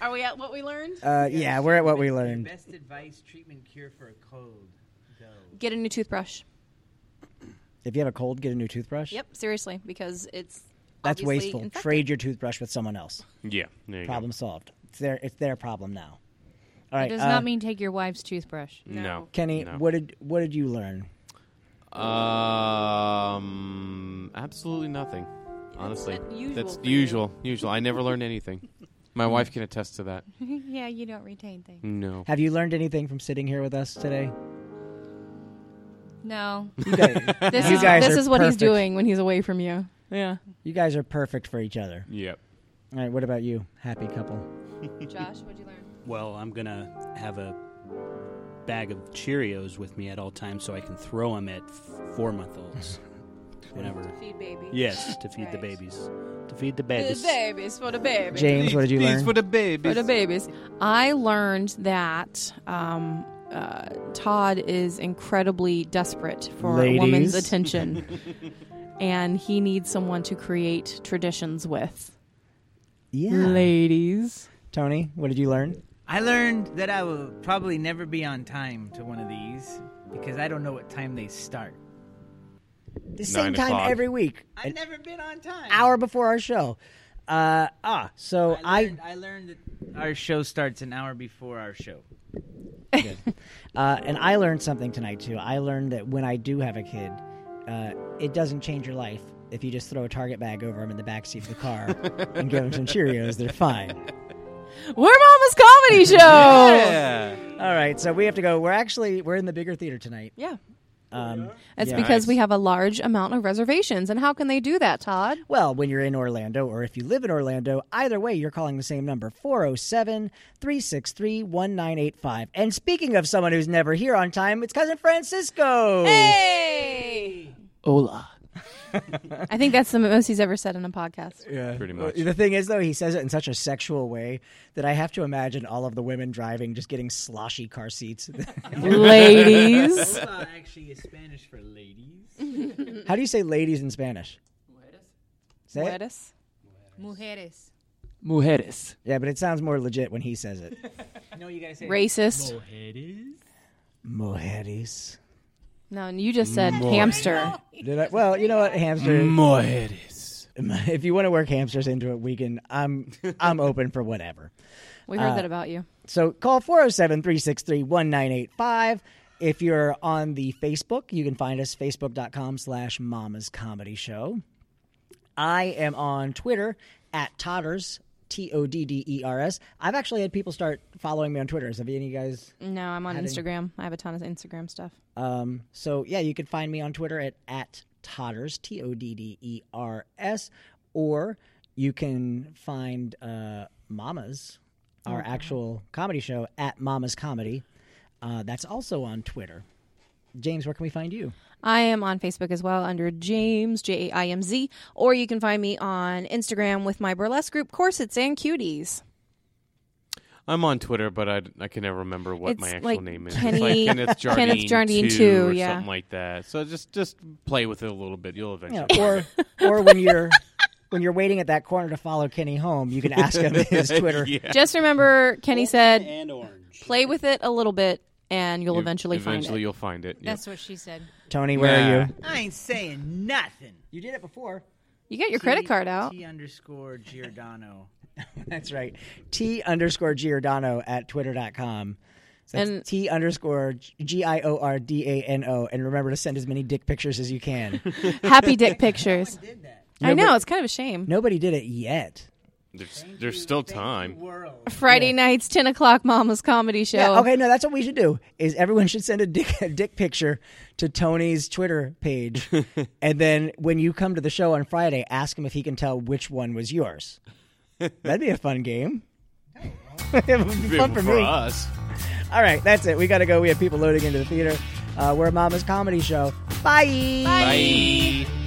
Speaker 2: Are we at what we learned?
Speaker 1: uh, yeah, we're at what we learned.
Speaker 6: Best advice: treatment cure for a cold. Go.
Speaker 2: Get a new toothbrush.
Speaker 1: If you have a cold, get a new toothbrush.
Speaker 2: Yep, seriously, because it's
Speaker 1: That's
Speaker 2: obviously
Speaker 1: wasteful.
Speaker 2: infected.
Speaker 1: Trade your toothbrush with someone else.
Speaker 3: Yeah. There you
Speaker 1: Problem solved. It's their it's their problem now. All
Speaker 5: It
Speaker 1: right.
Speaker 5: does
Speaker 1: uh,
Speaker 5: not mean take your wife's toothbrush.
Speaker 3: go. No.
Speaker 1: Kenny,
Speaker 3: No.
Speaker 1: what did what did you learn?
Speaker 3: Um, absolutely nothing. Honestly,
Speaker 2: That's unusual
Speaker 3: that's
Speaker 2: for you.
Speaker 3: usual. Usual. I never learned anything. My wife can attest to that.
Speaker 5: yeah, you don't retain things.
Speaker 3: No.
Speaker 1: Have you learned anything from sitting here with us today?
Speaker 5: No,
Speaker 1: You guys,
Speaker 2: This
Speaker 1: You
Speaker 2: is
Speaker 1: guys
Speaker 2: this
Speaker 1: are
Speaker 2: is what he's
Speaker 1: perfect.
Speaker 2: doing when he's away from you. Yeah,
Speaker 1: you guys are perfect for each other.
Speaker 3: Yep.
Speaker 1: All right, what about you, happy couple?
Speaker 2: Josh, what'd you learn?
Speaker 4: Well, I'm gonna have a bag of Cheerios with me at all times so I can throw them at four month olds. Whenever.
Speaker 2: Feed baby.
Speaker 4: Yes, to feed the
Speaker 2: Right.
Speaker 4: babies. To feed the babies.
Speaker 2: babies for the baby.
Speaker 1: James, what did you learn?
Speaker 3: the babies.
Speaker 2: For the babies. I learned that um, uh, Todd is incredibly desperate for a woman's
Speaker 1: Ladies.
Speaker 2: attention, and he needs someone to create traditions with.
Speaker 1: yeah.
Speaker 2: Ladies,
Speaker 1: Tony, what did you learn?
Speaker 6: I learned that I will probably never be on time to one of these because I don't know what time they start.
Speaker 1: The same time
Speaker 3: o'clock.
Speaker 1: every week,
Speaker 6: I've never been on time.
Speaker 1: hour before our show. Uh, ah, so
Speaker 6: I
Speaker 1: I,
Speaker 6: learned, I learned that our show starts an hour before our show.
Speaker 1: uh, and I learned something tonight too. I learned that when I do have a kid, uh, it doesn't change your life if you just throw a target bag over them in the back seat of the car and give them some Cheerios. They're fine.
Speaker 2: we're Mama's comedy show.
Speaker 3: Yeah.
Speaker 1: All right, so we have to go. We're actually we're in the bigger theater tonight.
Speaker 2: Yeah.
Speaker 1: Um,
Speaker 2: It's
Speaker 1: yeah.
Speaker 2: because
Speaker 3: Nice.
Speaker 2: we have a large amount of reservations. And how can they do that, Todd?
Speaker 1: Well, when you're in Orlando or if you live in Orlando, either way, you're calling the same number 407 363 1985. And speaking of someone who's never here on time, it's Cousin Francisco.
Speaker 2: Hey!
Speaker 4: Hola.
Speaker 2: I think that's the most he's ever said in a podcast.
Speaker 1: Yeah.
Speaker 3: Pretty much.
Speaker 1: The thing is, though, he says it in such a sexual way that I have to imagine all of the women driving just getting sloshy car seats.
Speaker 2: Ladies.
Speaker 6: actually is Spanish for ladies.
Speaker 1: How do you say ladies in Spanish? Say it?
Speaker 2: Lettuce.
Speaker 5: Mujeres.
Speaker 4: Mujeres.
Speaker 1: Yeah, but it sounds more legit when he says it.
Speaker 6: No, you gotta say
Speaker 2: Racist.
Speaker 1: Mujeres.
Speaker 2: No, and you just said hamster.
Speaker 1: Did I, well, you know what, hamster.
Speaker 3: Mm.
Speaker 4: Mujeres.
Speaker 1: if you want to work hamsters into it, we can. I'm I'm open for whatever.
Speaker 2: We heard that about you.
Speaker 1: So call 407 363 1985. If you're on the Facebook, you can find us facebook.com slash mama's comedy show. I am on Twitter at Todders, T O D D E R S. I've actually had people start following me on Twitter. Have any of you guys?
Speaker 2: No, I'm on
Speaker 1: Adding-
Speaker 2: Instagram. I have a ton of Instagram stuff.
Speaker 1: Um, so yeah, you can find me on Twitter at, at Todders, T O D D E R S, or you can find uh, Mama's, our actual comedy show, at Mama's Comedy. Uh, that's also on Twitter. James, where can we find you?
Speaker 2: I am on Facebook as well under James, J A I M Z, or you can find me on Instagram with my burlesque group, Corsets and Cuties.
Speaker 3: I'm on Twitter, but I, I can never remember what my
Speaker 2: It's
Speaker 3: actual
Speaker 2: like
Speaker 3: name is.
Speaker 2: Kenny-
Speaker 3: it's like Kenneth Jardine,
Speaker 2: Kenneth Jardine
Speaker 3: 2,
Speaker 2: too,
Speaker 3: or
Speaker 2: yeah.
Speaker 3: something like that. So just just play with it a little bit. You'll eventually.
Speaker 1: Yeah, or or when you're when you're waiting at that corner to follow Kenny home, you can ask him his Twitter.
Speaker 3: Yeah.
Speaker 2: Just remember, Kenny said,
Speaker 4: And orange.
Speaker 2: play with it a little bit and you'll eventually,
Speaker 3: Eventually,
Speaker 2: find
Speaker 3: you'll find it.
Speaker 5: That's what she said.
Speaker 1: Tony, where are
Speaker 3: Nah.
Speaker 1: you?
Speaker 6: I ain't saying nothing.
Speaker 1: You did it before.
Speaker 2: it. You get your credit
Speaker 6: T-
Speaker 2: card out.
Speaker 6: T underscore Giordano.
Speaker 1: That's right. T underscore Giordano at twitter.com. So that's
Speaker 2: And-
Speaker 1: T underscore G I O R D A N O. And remember to send as many dick pictures as you can.
Speaker 2: Happy dick pictures.
Speaker 6: Did that?
Speaker 2: I
Speaker 1: No,
Speaker 2: know,
Speaker 1: but-
Speaker 2: it's kind of a shame.
Speaker 1: Nobody did it yet.
Speaker 3: There's, there's still time.
Speaker 6: World.
Speaker 2: Friday nights, 10 o'clock, Mama's Comedy Show.
Speaker 1: Yeah, okay, no, that's what we should do. Is everyone should send a dick a dick picture to Tony's Twitter page, and then when you come to the show on Friday, ask him if he can tell which one was yours. That'd be a fun game. it would be fun for, me.
Speaker 3: us.
Speaker 1: All right, that's it. We got to go. We have people loading into the theater. Uh, we're Mama's Comedy Show. Bye.
Speaker 3: Bye.